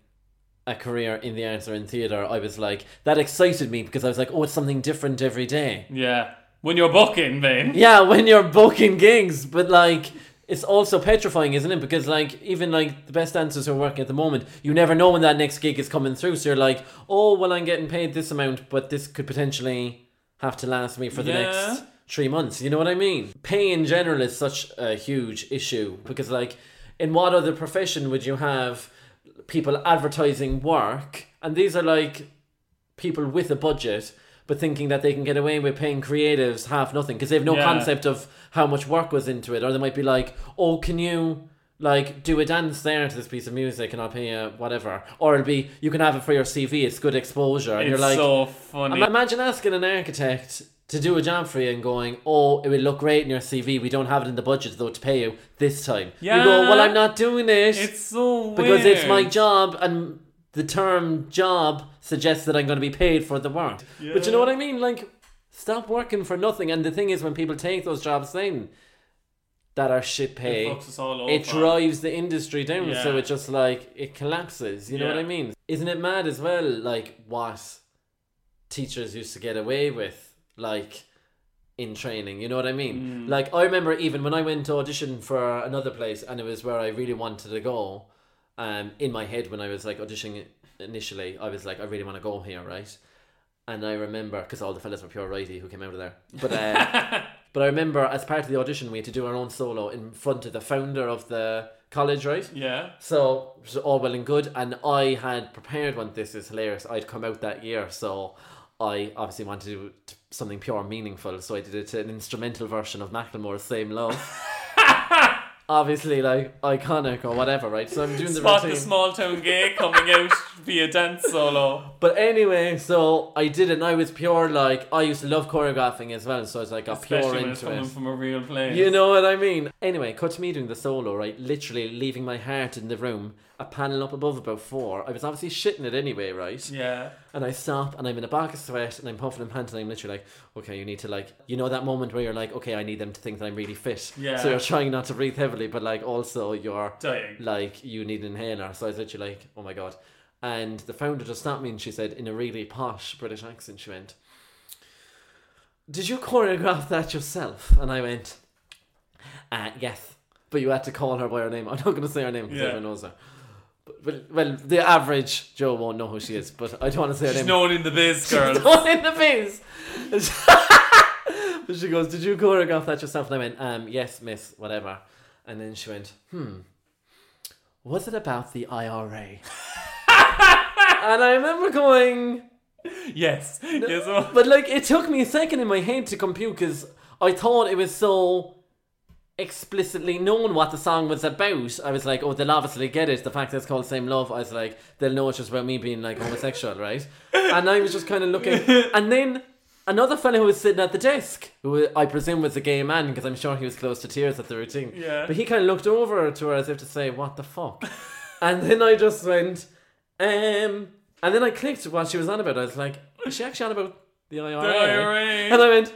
a career in the arts or in theatre, I was like, that excited me because I was like, oh, it's something different every day.
Yeah, when you're booking, babe.
[LAUGHS] Yeah, when you're booking gigs, but like, it's also petrifying, isn't it? Because like, even like the best dancers who are working at the moment, you never know when that next gig is coming through. So you're like, oh, well, I'm getting paid this amount, but this could potentially have to last me for the
Yeah.
next three months. You know what I mean? Pay in general is such a huge issue because, like, in what other profession would you have people advertising work? And these are like people with a budget, but thinking that they can get away with paying creatives half nothing because they have no
Yeah.
concept of how much work was into it. Or they might be like, oh, can you. Like do a dance there to this piece of music, and I'll pay you whatever. Or it'll be you can have it for your CV. It's good exposure. And
It's
you're like,
so funny.
Ima- Imagine asking an architect to do a job for you and going, "Oh, it would look great in your CV. We don't have it in the budget though to pay you this time." You go,
Yeah.
"Well, I'm not doing it
it's so
because it's my
weird.
job, and the term job suggests that I'm going to be paid for the work." But you know what I mean? Like, stop working for nothing. And the thing is, when people take those jobs, then that are shit pay.
fucks us all
It
over.
drives the industry down, so
Yeah.
it just like it collapses. You know
Yeah.
what I mean? Isn't it mad as well? Like what teachers used to get away with, like in training. You know what I mean?
Mm.
Like I remember even when I went to audition for another place, and it was where I really wanted to go. Um, in my head when I was like auditioning initially, I was like, I really want to go here, right? And I remember because all the fellas were pure righty who came out of there, but. Uh, But I remember as part of the audition, we had to do our own solo in front of the founder of the college, right?
Yeah.
So, it was all well and good. And I had prepared one. This is hilarious. I'd come out that year, so I obviously wanted to do t- something pure and meaningful. So I did it an instrumental version of Macklemore's "Same
[LAUGHS]
Love." obviously, like iconic or whatever, right? So I'm doing the
Spot
routine.
the small town
[LAUGHS]
gay coming out via dance solo.
But anyway, so I did it, and I was pure like I used to love choreographing as well. So I was like, got pure
Especially when it's
into
coming
it.
from a real place.
You know what I mean? Anyway, cut to me doing the solo, right? Literally leaving my heart in the room, a panel up above about four. I was obviously shitting it anyway, right?
Yeah.
And I stop and I'm in a bag of sweat and I'm puffing and panting. I'm literally like, okay, you need to like, you know, that moment where you're like, okay, I need them to think that I'm really fit.
Yeah.
So you're trying not to breathe heavily, but like also you're
Dying.
like, you need an inhaler. So I was literally like, oh my God. And the founder just stopped me and she said, in a really posh British accent, she went, did you choreograph that yourself? And I went, uh, yes. But you had to call her by her name. [LAUGHS] I'm not going to say her name because
Yeah.
everyone knows her. But, but, well, the average Joe won't know who she is, but I don't want to say her
She's
name.
known in the
[LAUGHS]
biz, girl.
Thrown in the face. [LAUGHS] but she goes, Did you choreograph that yourself? And I went, um, Yes, miss, whatever. And then she went, Hmm, was it about the IRA? [LAUGHS] and I remember going,
yes. yes. oh.
But like, it took me a second in my head to compute because I thought it was so explicitly known what the song was about. I was like, oh, they'll obviously get it. The fact that it's called Same Love, I was like, they'll know it's just about me being like homosexual, right? And I was just kind of looking. And then another fellow who was sitting at the desk, who I presume was a gay man because I'm sure he was close to tears at the routine.
Yeah.
But he kind of looked over to her as if to say, what the fuck? and then I just went, um. And then I clicked what she was on about. I was like, "Oh, is she actually on about the IRA?
The IRA.
And I went,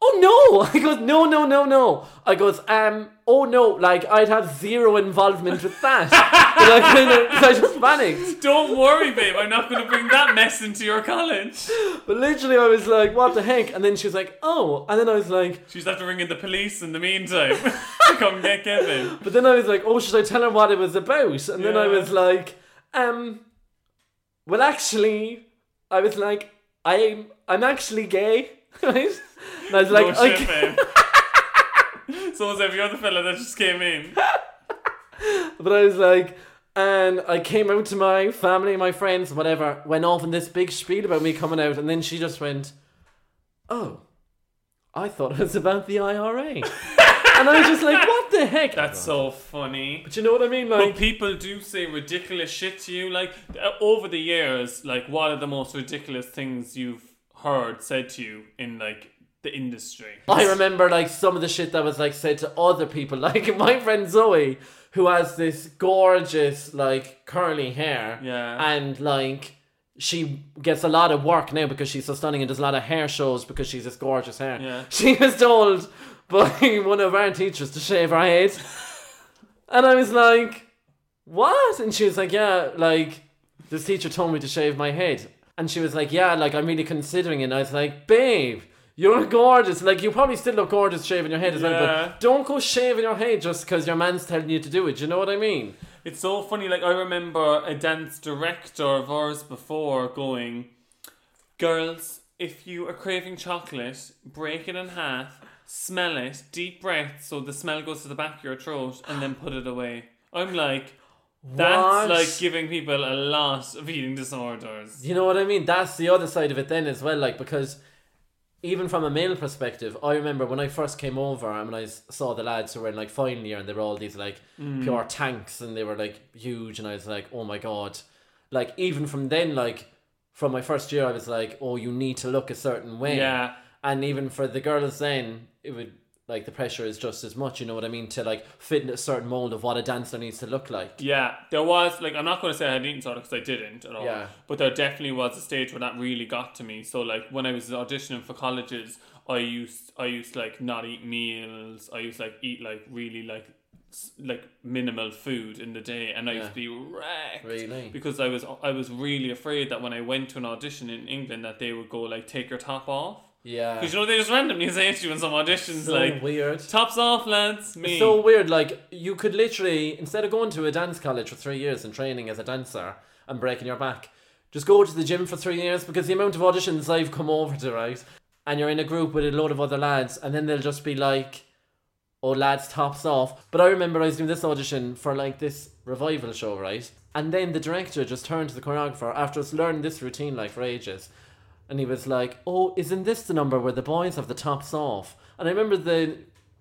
oh no! [LAUGHS] I goes, no, no, no, no. I goes, um, oh no, like I'd have zero involvement with that. [LAUGHS] and I kind of, I just panicked.
Don't worry, babe. I'm not going to bring that mess into your college.
But literally, I was like, what the heck? And then she was like, oh. And then I was like,
She's have to ring in the police in the meantime [LAUGHS] to come get Kevin.
but then I was like, oh, should I tell her what it was about? And then I
Yeah.
was like, um, well, actually, I was like, I'm, I'm actually gay, [LAUGHS] right? And I was [LAUGHS] like,
oh shit,
I,
babe. [LAUGHS] so was every other fella that just came in.
But I was like, and I came out to my family, my friends, whatever, went off in this big spiel about me coming out, and then she just went, Oh, I thought it was about the
[LAUGHS]
IRA. and I was just like, What the heck?
That's so funny.
Do you know what I mean?
But
Like,
people do say ridiculous shit to you. Like uh, over the years, like what are the most ridiculous things you've heard said to you in like the industry?
I remember like some of the shit that was like said to other people, [LAUGHS] like my friend Zoe, who has this gorgeous like curly hair,
Yeah.
and like she gets a lot of work now because she's so stunning and does a lot of hair shows because she's this gorgeous hair.
Yeah.
[LAUGHS] She was told by [LAUGHS] one of our teachers to shave her
[LAUGHS]
head. And I was like, what? And she was like, yeah, like, this teacher told me to shave my head. And she was like, yeah, like, I'm really considering it. And I was like, babe, you're gorgeous. Like, you probably still look gorgeous shaving your head as well,
Yeah.
but don't go shaving your head just because your man's telling you to do it. You know what I mean?
It's so funny. Like I remember a dance director of ours before going, "Girls, if you are craving chocolate, break it in half, smell it, deep breath, so the smell goes to the back of your throat, and then put it away." I'm like, that's
What?
like giving people a lot of eating disorders.
You know what I mean? That's the other side of it then as well, like because even from a male perspective, I remember when I first came over and when I s- saw the lads who were in like final year and they were all these like
Mm.
pure tanks and they were like huge and I was like, oh my god. Like even from then, like from my first year, I was like, oh, you need to look a certain way.
Yeah.
And even for the girls then, it would like the pressure is just as much, you know what I mean, to like fit in a certain mold of what a dancer needs to look like.
Yeah, there was like I'm not going to say I had eating disorder because I didn't at all.
Yeah.
But there definitely was a stage where that really got to me. So like when I was auditioning for colleges, I used I used like not eat meals. I used like eat like really like s- like minimal food in the day, and I used to be wrecked
Really?
because I was I was really afraid that when I went to an audition in England that they would go like take your top off.
Yeah.
Because you know they just randomly say to you in some auditions
So
like
weird.
tops off, lads. Me.
It's so weird. Like you could literally, instead of going to a dance college for three years and training as a dancer and breaking your back, just go to the gym for three years because the amount of auditions I've come over to, right? And you're in a group with a load of other lads, and then they'll just be like, "Oh, lads, tops off." But I remember I was doing this audition for like this revival show, right? And then the director just turned to the choreographer after us learning this routine like for ages, and he was like, "Oh, isn't this the number where the boys have the tops off?" And I remember the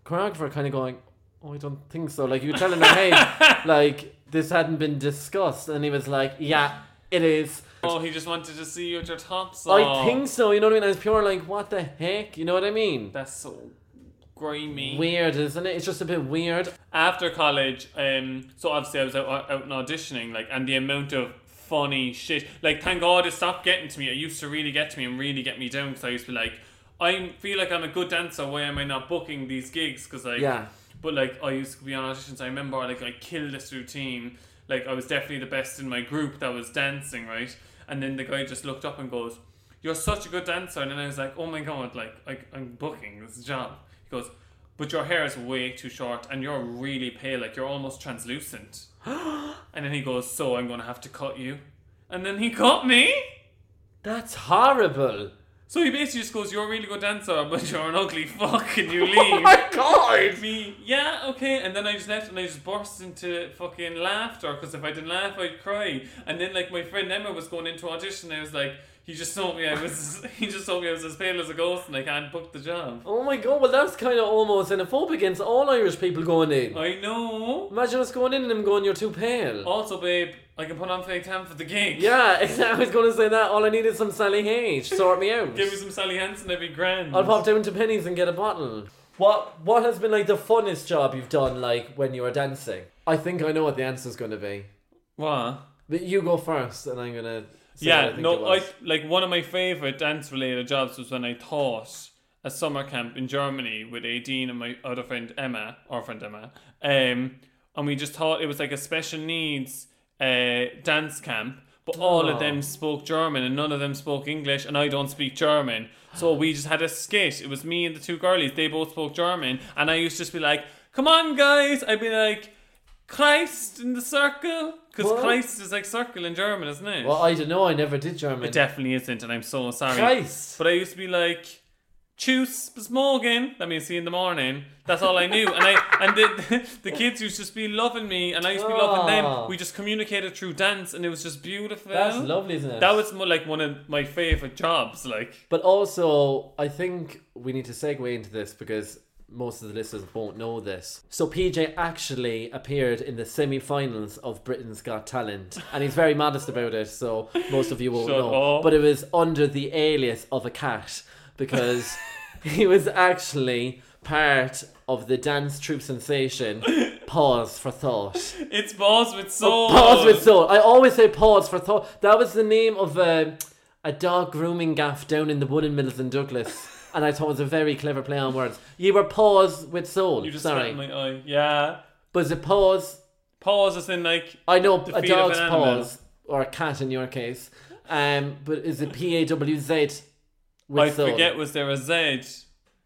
choreographer kind of going, "Oh, I don't think so." Like you were telling her,
[LAUGHS]
"Hey, like this hadn't been discussed," and he was like, "Yeah, it is."
Oh, he just wanted to see you at your tops off.
I think so. You know what I mean? I was pure like, "What the heck?" You know what I mean?
That's so grimy.
Weird, isn't it? It's just a bit weird.
After college, um, so obviously I was out, out and auditioning, like, and the amount of funny shit, like, thank God it stopped getting to me. It used to really get to me and really get me down because I used to be like, I feel like I'm a good dancer. Why am I not booking these gigs? Because like,
Yeah.
But like, I used to be on auditions. I remember like I killed this routine. Like I was definitely the best in my group that was dancing, right? And then the guy just looked up and goes, "You're such a good dancer." And then I was like, "Oh my god, like I, I'm booking this job." He goes, "But your hair is way too short, and you're really pale. Like you're almost translucent." and then he goes, "So I'm gonna have to cut you." And then he cut me.
That's horrible.
So he basically just goes, "You're a really good dancer, but you're an ugly fuck, and you leave."
god!
me, yeah, okay. And then I just left and I just burst into fucking laughter because if I didn't laugh, I'd cry. And then, like, my friend Emma was going into audition and I was like, he just told me I was, he just told me I was as [LAUGHS] pale as a ghost and I can't book the job.
Oh my god, well that's kind of almost xenophobic against all Irish people going in.
I know.
Imagine us going in and them going, you're too pale.
Also, babe, I can put on fake tan for the gig.
Yeah, [LAUGHS] I was going to say that. All I need is some Sally H. Sort me out.
Give me some Sally Hansen, I'd be grand.
I'll pop down to Penny's and get a bottle. What What has been like the funnest job you've done, like when you were dancing? I think I know what the answer's going to be.
What?
But you go first, and I'm going to.
yeah,
I think it
no, I
was.
like one of my favorite dance related jobs was when I taught a summer camp in Germany with Aideen and my other friend Emma, our friend Emma, um, and we just taught it was like a special needs uh, dance camp, but all of
Oh.
them spoke German and none of them spoke English, and I don't speak German, so we just had a skit. It was me and the two girlies. They both spoke German, and I used to just be like, "Come on, guys!" I'd be like. Christ in the circle, because
What?
Christ is like circle in German, isn't it?
Well, I don't know. I never did German.
It definitely isn't, and I'm so sorry.
Christ.
But I used to be like, "Choose bis morgen." That means see you in the morning. That's all I knew, and I and the [LAUGHS] the kids used to just be loving me, and I used to be loving them.
Aw.
We just communicated through dance, and it was just beautiful.
Ah. That's lovely, isn't it?
Hmm? That was more like one of my favorite jobs. Like,
But also, I think we need to segue into this because most of the listeners won't know this. So PJ actually appeared in the semi-finals of Britain's Got Talent, and he's very modest about it. So most of you won't
Shut
know.
up.
But it was under the alias of a cat
[LAUGHS]
because he was actually part of the dance troupe sensation Pause for thought.
It's balls with soul.
Pause Oh, with soul. I always say pause for thought. That was the name of a, a dog grooming gaff down in the wood in Middleton Douglas. And I thought it was a very clever play on words. You were pause with soul.
You just
Sorry.
Sorry. my eye. Yeah.
But is it pause?
Pause is in like.
I know
The
a
feet of
dog's
an animal.
paws, or a cat in your case. Um, but is it P A W Z with
I
soul?
forget. Was there a Z? It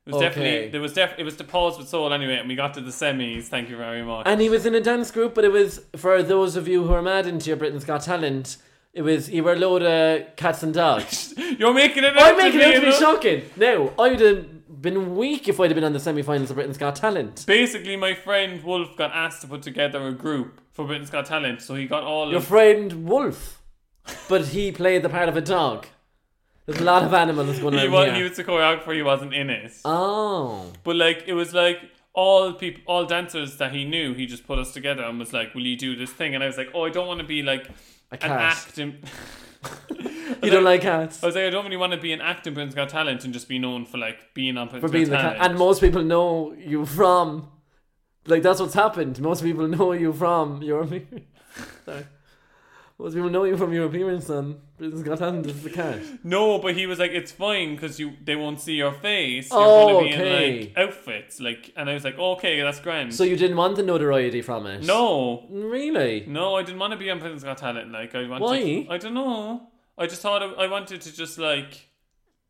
was
Okay.
definitely there was def- it was the pause with soul anyway, and we got to the semis. Thank you very much.
And he was in a dance group, but it was for those of you who are mad into your Britain's Got Talent. It was he were a load of cats and dogs.
You're making it.
I'm
out
making
to
it out to be
enough.
shocking. Now, I'd have been weak if I'd have been on the semi finals of Britain's Got Talent.
Basically, my friend Wolf got asked to put together a group for Britain's Got Talent, so he got all
Your
of.
friend Wolf, but he played the part of a dog. There's a lot of animals going
He
on
was,
here.
he was the choreographer. He wasn't in it.
Oh,
But like it was like all people, all dancers that he knew, he just put us together and was like, "Will you do this thing?" And I was like, "Oh, I don't want to be like an
cat.
acting." [LAUGHS]
[LAUGHS] you don't like cats
I was like, I don't really want to be an actor in Britain's Got Talent and just be known for like being on Britain's
for being the
Got
cat,
Talent.
and most people know you from. Like that's what's happened. Most people know you from your. [LAUGHS] appearance. Sorry. Most people know you from your appearance on Britain's Got Talent as the cat.
no, but he was like, it's fine because you they won't see your face. You're
Oh,
gonna be
okay.
in like outfits, like, and I was like, okay, that's grand.
So you didn't want the notoriety from it.
no,
Really.
No, I didn't want to be on Britain's Got Talent. Like I wanted.
Why?
I don't know. I just thought I, I wanted to just like.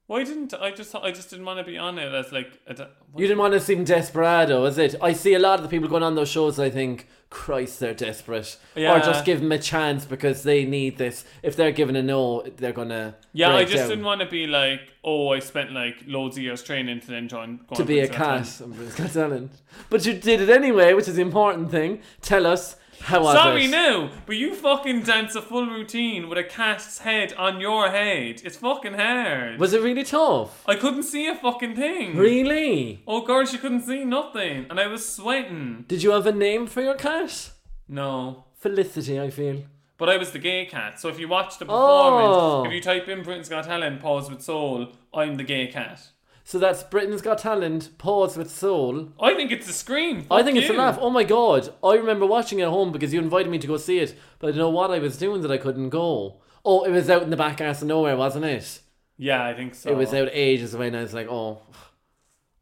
Why didn't I just? I just didn't want to be on it as like. A, da-
You didn't want to seem desperado, is it? I see a lot of the people going on those shows. I think, Christ, they're desperate, or
Yeah.
just give them a chance because they need this. If they're given a no, they're gonna
yeah, I
break
just
down.
didn't want to be like. Oh, I spent like loads of years training to then join. Go
to
on
be a
Britain's Got Talent."
cat. I'm Britain's Got Talent. But you did it anyway, which is the important thing. Tell us how was
Sorry,
it?
no, but you fucking dance a full routine with a cat's head on your head. It's fucking hard.
Was it really tough?
I couldn't see a fucking thing.
Really?
Oh, girl, she couldn't see nothing, and I was sweating.
Did you have a name for your cat?
No,
Felicity, I feel.
But I was the gay cat. So if you watch the performance,
Oh.
if you type in Britain's Got Talent, pause with soul, I'm the gay cat.
So that's Britain's Got Talent. Pause with soul.
I think it's a scream.
I
Fuck
think it's
you.
a laugh. Oh my god! I remember watching it at home because you invited me to go see it, but I don't know what I was doing that I couldn't go. Oh, it was out in the back ass of nowhere, wasn't it?
Yeah, I think so.
It was out ages away, and I was like, oh.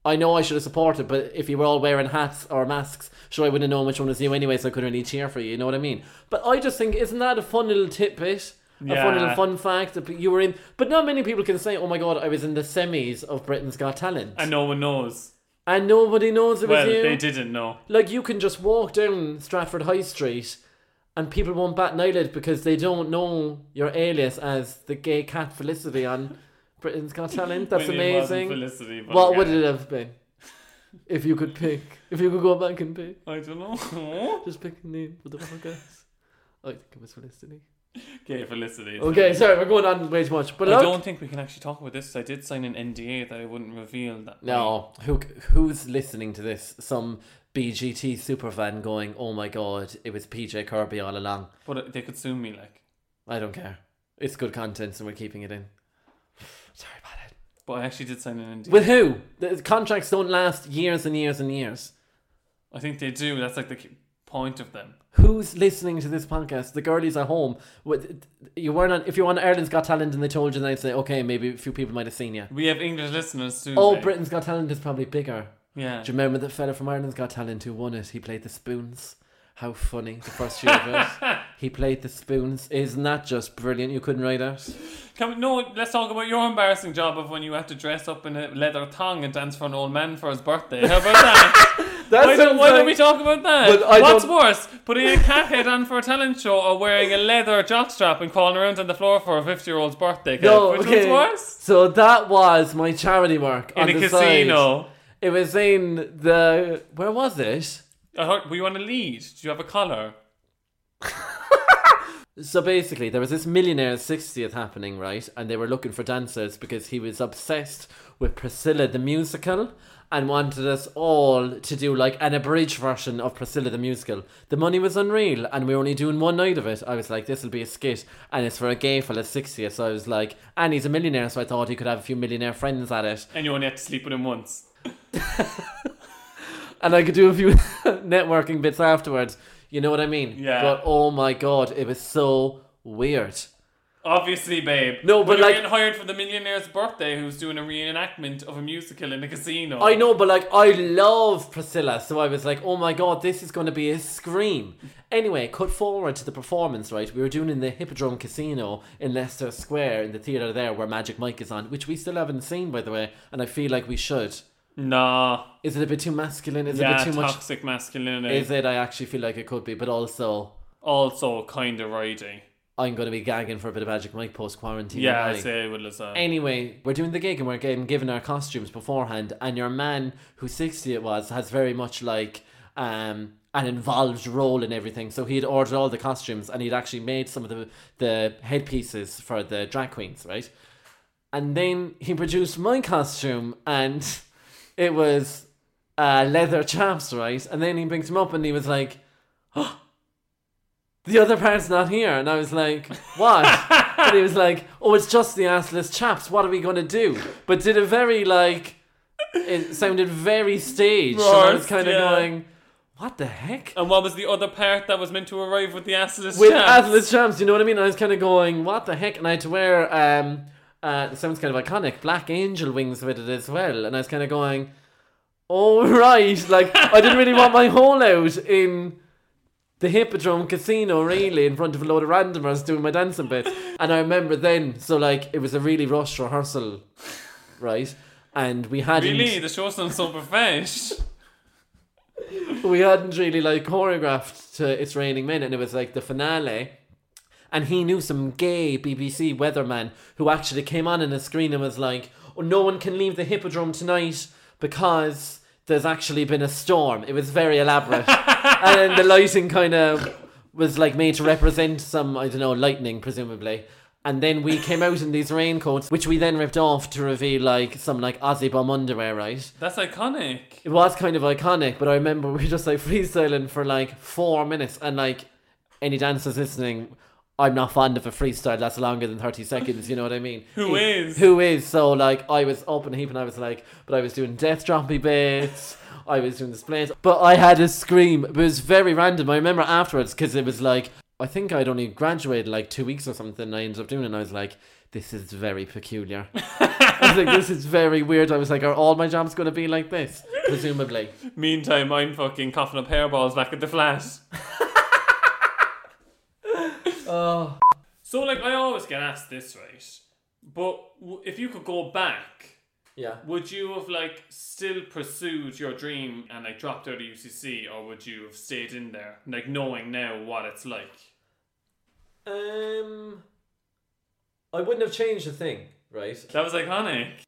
I know I should have supported, but if you were all wearing hats or masks, sure I wouldn't have known which one was you anyway, so I couldn't really cheer for you. You know what I mean? But I just think, isn't that a fun little tidbit? A fun little
Yeah.
fun fact that you were in. But not many people can say, oh my god, I was in the semis of Britain's Got Talent.
And no one knows.
and nobody knows it
Well,
was you.
they didn't know.
Like you can just walk down Stratford High Street and people won't bat an eyelid because they don't know your alias as the gay cat Felicity on Britain's Got Talent. That's
When it wasn't
amazing.
Felicity, but
what would
okay.
it have been? If you could pick, if you could go back and pick,
I don't know. [LAUGHS]
just pick a name for the podcast. I think it was Felicity.
gay Felicity.
Okay, sorry, we're going on way too much. But
I
look,
don't think we can actually talk about this. 'cause I did sign an NDA that I wouldn't reveal that.
No, who who's listening to this? Some BGT superfan going, "Oh my god, it was PJ Kirby all along."
But they could sue me, like.
I don't care. It's good content, so we're keeping it in. [SIGHS] Sorry about it.
But I actually did sign an NDA.
With who? The contracts don't last years and years and years.
I think they do. That's like the key point of them.
Who's listening to this podcast? The girlies at home. With you weren't on, if you're on Ireland's Got Talent and they told you, they'd say, okay, maybe a few people might have seen you.
We have English listeners too.
Oh,
babe.
Britain's Got Talent is probably bigger.
Yeah.
Do you remember the fella from Ireland's Got Talent who won it? He played the spoons. How funny the first year of [LAUGHS] it. He played the spoons. Isn't that just brilliant? You couldn't write that.
Can we, no, let's talk about your embarrassing job of when you had to dress up in a leather thong and dance for an old man for his birthday. How
[LAUGHS]
about that?
That
why don't,
sounds
why
like-
don't we talk about that?
But I
What's
don't-
worse, putting a cat head on for a talent show or wearing a leather jockstrap and crawling around on the floor for a 50 year old's birthday? Kev?
No,
Which
okay.
one's worse?
So that was my charity work
In
on
a
the side.
casino.
It was in the where was it?
I heard, were you on a lead? Do you have a collar?
So basically, there was this millionaire's 60th happening, right? And they were looking for dancers because he was obsessed with Priscilla the Musical and wanted us all to do like an abridged version of Priscilla the Musical. The money was unreal and we were only doing one night of it. I was like, this will be a skit and it's for a gay fella's 60th. So I was like, and he's a millionaire, so I thought he could have a few millionaire friends at it.
And you only had to sleep with him once.
and I could do a few [LAUGHS] networking bits afterwards. You know what I mean?
Yeah.
But oh my god, it was so weird.
Obviously, babe.
No, but
when you're
like-
getting hired for the millionaire's birthday, who's doing a reenactment of a musical in a casino.
I know, but like I love Priscilla, so I was like, oh my god, this is going to be a scream. Anyway, cut forward to the performance, right? We were doing in the Hippodrome Casino in Leicester Square in the theatre there where Magic Mike is on, which we still haven't seen, by the way, and I feel like we should.
Nah.
Is it a bit too masculine? Is
yeah,
it a bit too much?
toxic masculinity.
Is it? I actually feel like it could be, but also
also kind of riding.
I'm going to be gagging for a bit of Magic Mike post quarantine.
Yeah, I say it would listen.
Anyway, we're doing the gig and we're getting given our costumes beforehand, and your man, who's 60 it was, has very much like um, an involved role in everything. So he'd ordered all the costumes and he'd actually made some of the, the headpieces for the drag queens, right? And then he produced my costume and [LAUGHS] it was uh, leather chaps, right? And then he picked him up and he was like, the other part's not here. And I was like, what? and he was like, oh, it's just the assless chaps. What are we going to do? But did a very, like, it sounded very staged. and I was
Forced,
kind of
yeah.
going, what the heck?
And what was the other part that was meant to arrive with the assless
With
chaps?
assless chaps, you know what I mean? And I was kind of going, what the heck? And I had to wear, um, uh, it sounds kind of iconic, black angel wings with it as well. And I was kind of going, all [LAUGHS] right. Like, I didn't really want my haul out in the Hippodrome Casino, really, in front of a load of randomers doing my dancing bits. And I remember then, so like, it was a really rushed rehearsal, right? And we hadn't
Really? The show sounds so profesh.
we hadn't really like choreographed to It's Raining Men, and it was like the finale. And he knew some gay BBC weatherman who actually came on in the screen and was like, oh, No one can leave the Hippodrome tonight because there's actually been a storm. It was very elaborate. and then the lighting kind of was like made to represent some, I don't know, lightning, presumably. And then we came out in these raincoats, which we then ripped off to reveal like some like Aussie bomb underwear, right?
That's iconic.
it was kind of iconic, but I remember we were just like freestyling for like four minutes and like any dancers listening, I'm not fond of a freestyle that's longer than thirty seconds, you know what I mean?
[LAUGHS] Who
It-
is?
Who is? So like I was up in a heap and I was like but I was doing death droppy bits, I was doing displays. But I had a scream. It was very random. I remember afterwards because it was like I think I'd only graduated like two weeks or something and I ended up doing it and I was like, This is very peculiar. I was like, this is very weird. I was like, are all my jobs going to be like this? Presumably.
Meantime, I'm fucking coughing up hairballs back at the flat. So, like, I always get asked this, right? But w- if you could go back,
Yeah.
would you have, like, still pursued your dream and, like, dropped out of UCC, or would you have stayed in there, like, knowing now what it's like?
Um, I wouldn't have changed a thing, right?
That was iconic.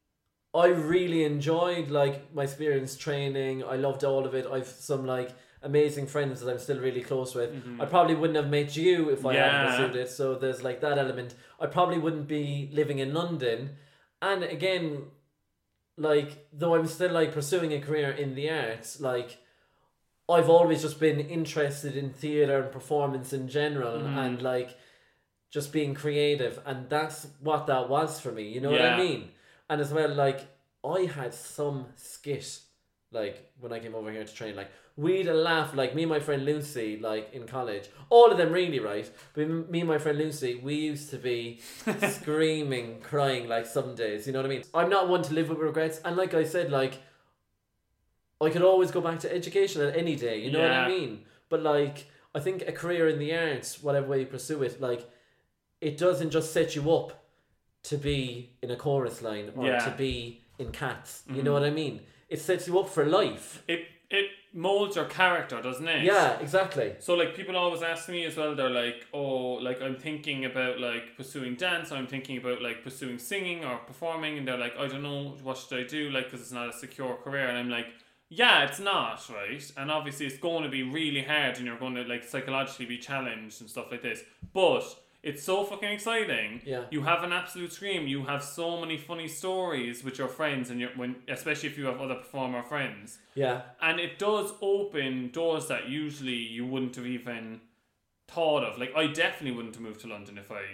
I really enjoyed like my experience training. I loved all of it. I've some like amazing friends that I'm still really close with. I probably wouldn't have met you if I
Yeah.
hadn't pursued it. So there's like that element. I probably wouldn't be living in London. And again, like though I'm still like pursuing a career in the arts, like I've always just been interested in theater and performance in general and like just being creative and that's what that was for me, you know what I
Yeah.
mean? And as well like I had some skit like when I came over here to train like we'd a laugh like me and my friend Lucy like in college all of them really right but me and my friend Lucy we used to be screaming crying like some days you know what I mean I'm not one to live with regrets and like I said like I could always go back to education at any day, you know what I
Yeah.
mean? But like I think a career in the arts, whatever way you pursue it, like it doesn't just set you up to be in a chorus line or
Yeah. Mm-hmm.
to be in cats. You know what I mean? It sets you up for life.
It, it molds your character, doesn't it?
Yeah, exactly.
So like people always ask me as well, they're like, Oh, like I'm thinking about like pursuing dance, or I'm thinking about like pursuing singing or performing, and they're like, I don't know, what should I do? Like, because it's not a secure career. And I'm like, Yeah, it's not, right? And obviously it's going to be really hard and you're going to like psychologically be challenged and stuff like this. But it's so fucking exciting.
Yeah.
You have an absolute scream. You have so many funny stories with your friends and your when especially if you have other performer friends
Yeah.
and it does open doors that usually you wouldn't have even thought of. Like I definitely wouldn't have moved to London if I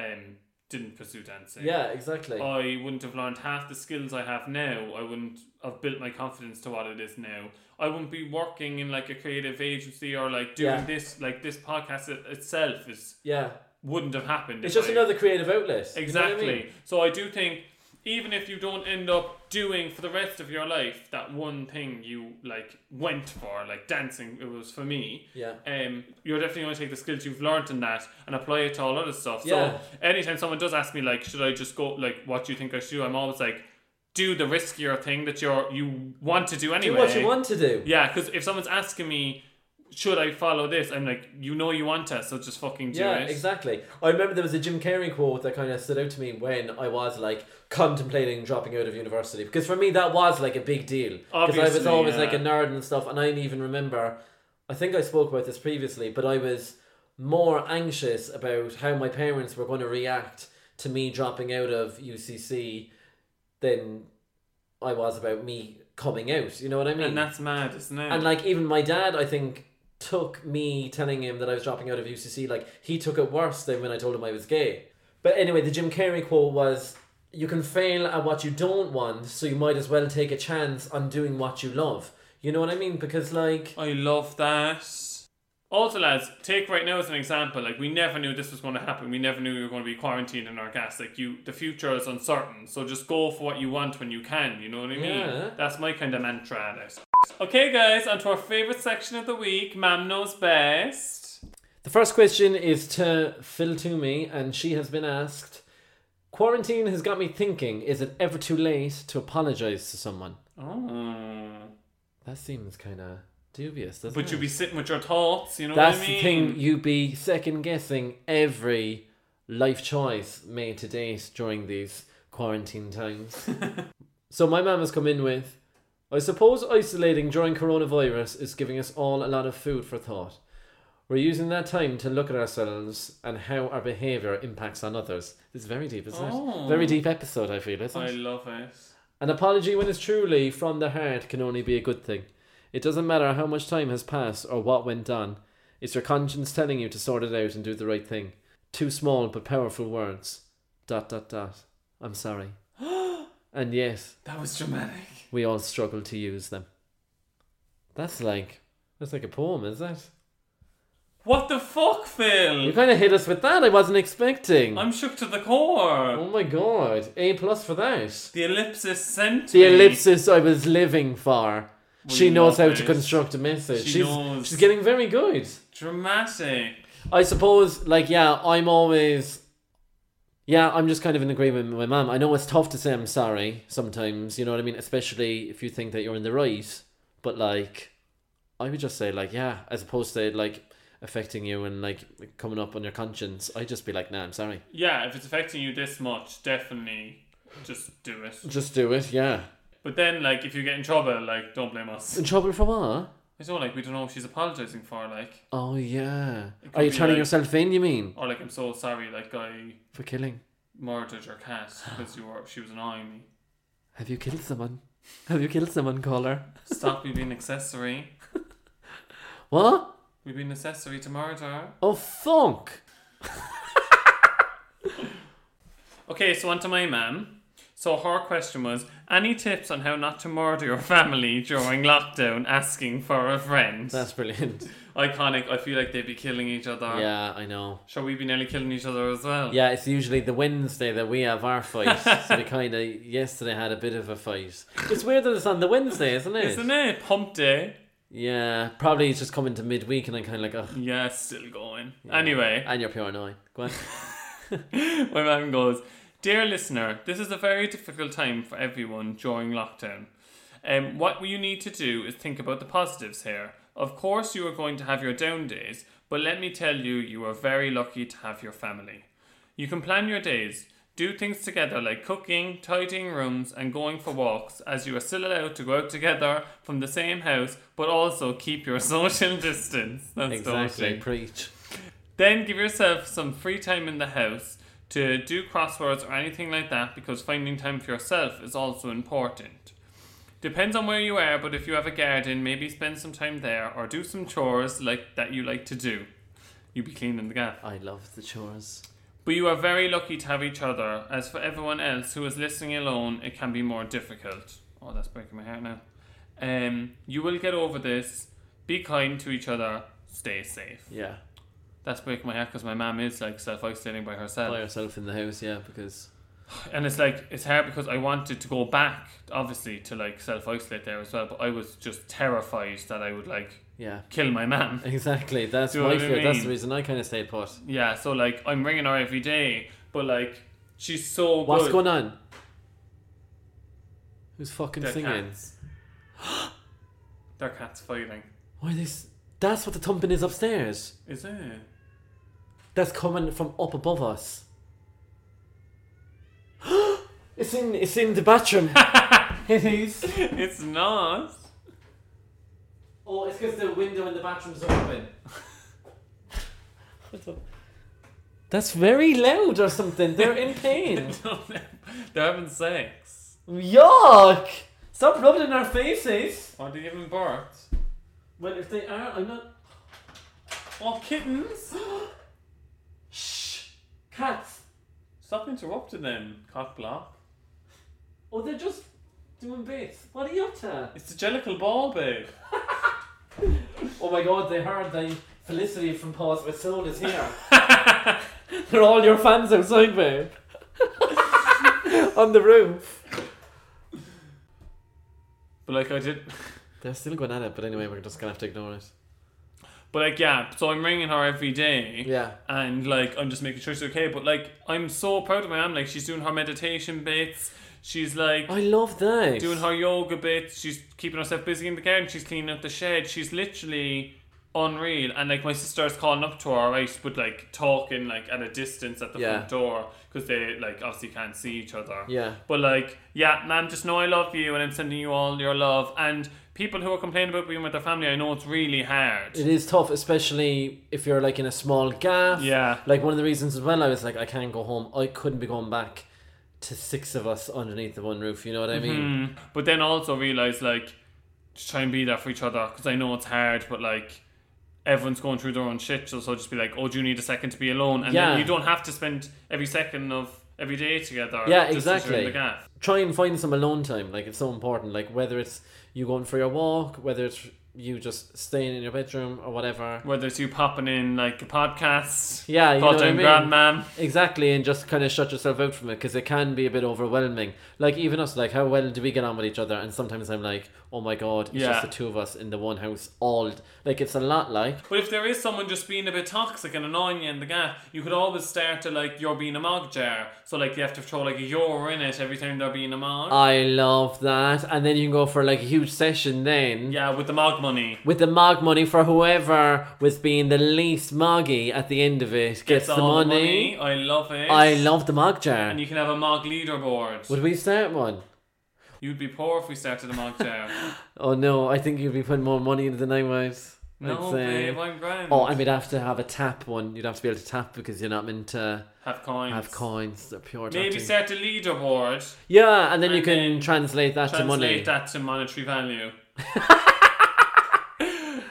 um didn't pursue dancing.
Yeah, exactly.
I wouldn't have learned half the skills I have now. I wouldn't have built my confidence to what it is now. I wouldn't be working in like a creative agency or like doing
Yeah.
this like this podcast it, itself is
yeah.
wouldn't have happened.
It's
if
just
I-
another creative outlet. You know what I
Exactly.
mean?
So I do think even if you don't end up doing for the rest of your life that one thing you like went for, like dancing, it was for me.
Yeah.
Um, you're definitely going to take the skills you've learned in that and apply it to all other stuff.
Yeah.
So anytime someone does ask me like, should I just go? Like, what do you think I should do? I'm always like, do the riskier thing that you're you want to do
Do
anyway.
what you want to do.
Yeah, because if someone's asking me, should I follow this? I'm like, you know you want to, so just fucking do
Yeah,
it.
exactly. I remember there was a Jim Carrey quote that kind of stood out to me when I was like contemplating dropping out of university because for me that was like a big deal because I was
Obviously,
always
yeah.
like a nerd and stuff. And I even remember, I think I spoke about this previously, but I was more anxious about how my parents were going to react to me dropping out of UCC than I was about me coming out. You know what I mean?
And that's mad, isn't it?
And like even my dad, I think took me telling him that I was dropping out of UCC. Like he took it worse than when I told him I was gay. But anyway, the Jim Carrey quote was, "You can fail at what you don't want, so you might as well take a chance on doing what you love." You know what I mean? Because like,
I love that. Also, lads, take right now as an example. Like, we never knew this was going to happen. We never knew we were going to be quarantined in our gas. Like, you, the future is uncertain. So just go for what you want when you can. You know what I mean?
Yeah.
That's my kind of mantra at it. Okay, guys, on to our favorite section of the week. Mam knows best.
the first question is to Phil Toomey, and she has been asked. Quarantine has got me thinking, is it ever too late to apologise to someone?
Oh.
That seems kind of dubious, doesn't it?
But you be sitting with your thoughts. You know
That's
what I mean?
the thing, you be second guessing every life choice made to date during these quarantine
[LAUGHS]
times. so my mum has come in with I suppose isolating during coronavirus is giving us all a lot of food for thought. We're using that time to look at ourselves and how our behaviour impacts on others. It's very deep, isn't
Oh.
it? Very deep episode, I feel, isn't
I
it?
love it.
An apology when it's truly from the heart can only be a good thing. It doesn't matter how much time has passed or what went on. It's your conscience telling you to sort it out and do the right thing. Two small but powerful words. Dot dot dot. I'm sorry. and yes,
That was dramatic.
we all struggle to use them. That's like that's like a poem, is that?
What the fuck, Phil?
You kinda hit us with that I wasn't expecting.
I'm shook to the core.
oh my god. A plus for that.
The ellipsis sent
The
me.
ellipsis I was living for. she
you
knows
love
how to
this.
construct a message.
She
she's,
knows.
she's getting very good.
Dramatic.
I suppose, like, yeah, I'm always. Yeah, I'm just kind of in agreement with my mum. I know it's tough to say I'm sorry sometimes, you know what I mean? Especially if you think that you're in the right. But, like, I would just say, like, yeah, as opposed to, like, affecting you and, like, coming up on your conscience, I'd just be like, nah, I'm sorry.
Yeah, if it's affecting you this much, definitely just do it.
Just do it, yeah.
But then, like, if you get in trouble, like, don't blame us.
In trouble for what?
I don't like, we don't know what she's apologizing for, like,
Oh, yeah.
could
Are you
be
turning
like-
yourself in, you mean?
or like, I'm so sorry, like, I
For killing.
murdered your cat because you were, she was annoying me.
Have you killed someone? Have you killed someone, caller?
Stop, we've been accessory.
What?
We've been accessory to murder.
Oh, funk!
Okay, so on to my mum. So her question was any tips on how not to murder your family during lockdown asking for a friend?
That's brilliant.
iconic. I feel like they'd be killing each other.
Yeah, I know.
Shall we be nearly killing each other as well?
Yeah, it's usually the Wednesday that we have our fight. so [LAUGHS] we kind of yesterday had a bit of a fight. It's weird that it's on the Wednesday, isn't it?
Isn't it? Pump day.
Yeah, probably it's just coming to midweek, and I'm kind of like, ugh.
Yeah, it's still going. Anyway,
And you're pure annoying. [LAUGHS] Go on.
[LAUGHS] my mum goes, Dear listener, this is a very difficult time for everyone during lockdown. Um, what you need to do is think about the positives here. Of course, you are going to have your down days, but let me tell you, you are very lucky to have your family. You can plan your days, do things together like cooking, tidying rooms, and going for walks, as you are still allowed to go out together from the same house, but also keep your [LAUGHS] social distance. That's
exactly.
daunting.
Preach.
Then give yourself some free time in the house to do crosswords or anything like that because finding time for yourself is also important. Depends on where you are, but if you have a garden, maybe spend some time there or do some chores like that you like to do. You be cleaning the gaff.
I love the chores.
But you are very lucky to have each other. As for everyone else who is listening alone, it can be more difficult. Oh, that's breaking my heart now. Um, you will get over this. Be kind to each other. Stay safe.
Yeah.
That's breaking my heart because my mom is like self isolating by herself.
By herself in the house, yeah, because
And it's like it's hard because I wanted to go back, obviously, to like self isolate there as well. But I was just terrified that I would like
yeah. [LAUGHS]
kill my man.
Exactly. That's
Do you
my
know what I
fear. That's
mean?
the reason I kinda stayed put.
Yeah, so like I'm ringing her every day, but like she's so.
What's
good.
going on? Who's fucking
They're
singing?
cats. [GASPS] They're cats fighting.
Why are they s That's what the thumping is upstairs.
Is it? [LAUGHS]
That's coming from up above us. [GASPS] it's in. It's in the [LAUGHS] bathroom. it is.
It's not. [LAUGHS]
Oh, it's because the window in the bathroom's [LAUGHS] open. That's very loud or something. They're in [LAUGHS] pain.
They're having sex.
Yuck! Stop rubbing in our faces.
Are they giving birth?
Well, if they are, I'm not.
Oh, kittens!
Shh. Cats.
Stop interrupting them, cock block.
Oh, they're just doing bits. What are you up to?
It's the jellicle ball, babe.
Oh my god, they heard the Felicity from Pause with Soul is here. [LAUGHS] They're all your fans outside, babe. [LAUGHS] On the roof.
But like I did. [LAUGHS]
They're still going at it, but anyway, we're just gonna have to ignore it.
But like yeah, so I'm ringing her every day.
Yeah.
And like I'm just making sure she's okay. But like I'm so proud of my mom. Like she's doing her meditation bits. She's like
I love that.
doing her yoga bits. She's keeping herself busy in the garden. She's cleaning up the shed. She's literally unreal. And like my sister's calling up to her, right? But like talking like at a distance at the
Yeah.
front door because they like obviously can't see each other.
Yeah.
But like, yeah, ma'am, just know I love you and I'm sending you all your love. And people who are complaining about being with their family, I know it's really hard.
It is tough, especially if you're like in a small gaff.
Yeah.
Like one of the reasons as well, I was like, I can't go home. I couldn't be going back to six of us underneath the one roof. You know what I mean?
But then also realize like just try and be there for each other because I know it's hard, but like everyone's going through their own shit, so so just be like, oh, do you need a second to be alone? And
Yeah.
then you don't have to spend every second of every day together.
Yeah,
just as you're
exactly.
in the gaff.
try and find some alone time. Like it's so important. Like whether it's you going for your walk, whether it's you just staying in your bedroom or whatever.
Whether it's you popping in like a podcast,
Yeah, you know
goddamn
what I mean.
grandmam.
Exactly, and just kind of shut yourself out from it because it can be a bit overwhelming. Like even us, like how well do we get on with each other? And sometimes I'm like, oh my god, it's
Yeah.
just the two of us in the one house all. Like it's a lot. Like
But if there is someone just being a bit toxic and annoying you in the gaff, you could always start to like you're being a mog jar. So like you have to throw like a euro in it every time they're being a mog.
I love that, and then you can go for like a huge session then.
yeah, with the mog money.
With the mog money for whoever was being the least moggy at the end of it gets, the,
all
money.
I love it.
I love the mog jar.
And you can have a mog leaderboard.
Would we start one?
You'd be poor if we started a
[LAUGHS]
mog jar.
Oh no, I think you'd be putting more money into the night was.
no, babe, I'm grand.
Oh, and we'd have to have a tap one. You'd have to be able to tap because you're not meant to
have coins.
have coins. They're pure
Maybe
dirty.
start a leaderboard.
Yeah, and then you
and
can
then
translate that to
Translate
money.
that to
[LAUGHS]
monetary value.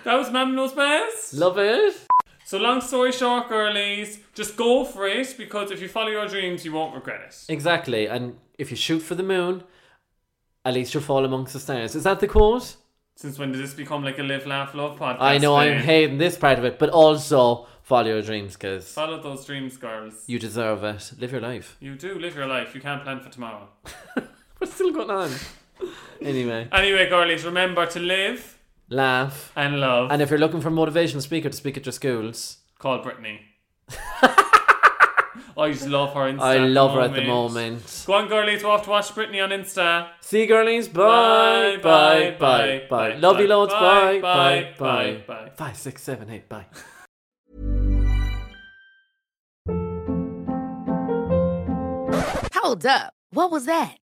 that was Mam Knows Best.
Love it.
so long story short, girlies, just go for it because if you follow your dreams, you won't regret it.
Exactly. And if you shoot for the moon, at least you'll fall amongst the stars. Is that the quote?
Since when did this become like a live, laugh, love podcast?
I know I'm
babe?
hating this part of it, but also follow your dreams because
Follow those dreams, girls.
you deserve it. Live your life.
You do live your life. You can't plan for tomorrow.
We're still going on. anyway,
Anyway, girlies, remember to live
laugh.
and love.
And if you're looking for a motivational speaker to speak at your schools, [LAUGHS]
Call Brittany. I just love her Insta.
I love her at the moment.
Go on, girlies. We'll have to watch Brittany on Insta.
See you, girlies. Bye, bye, bye, bye. Love you loads. Bye, bye, bye,
bye.
Five, six, seven, eight. Bye.
Hold up. What was that?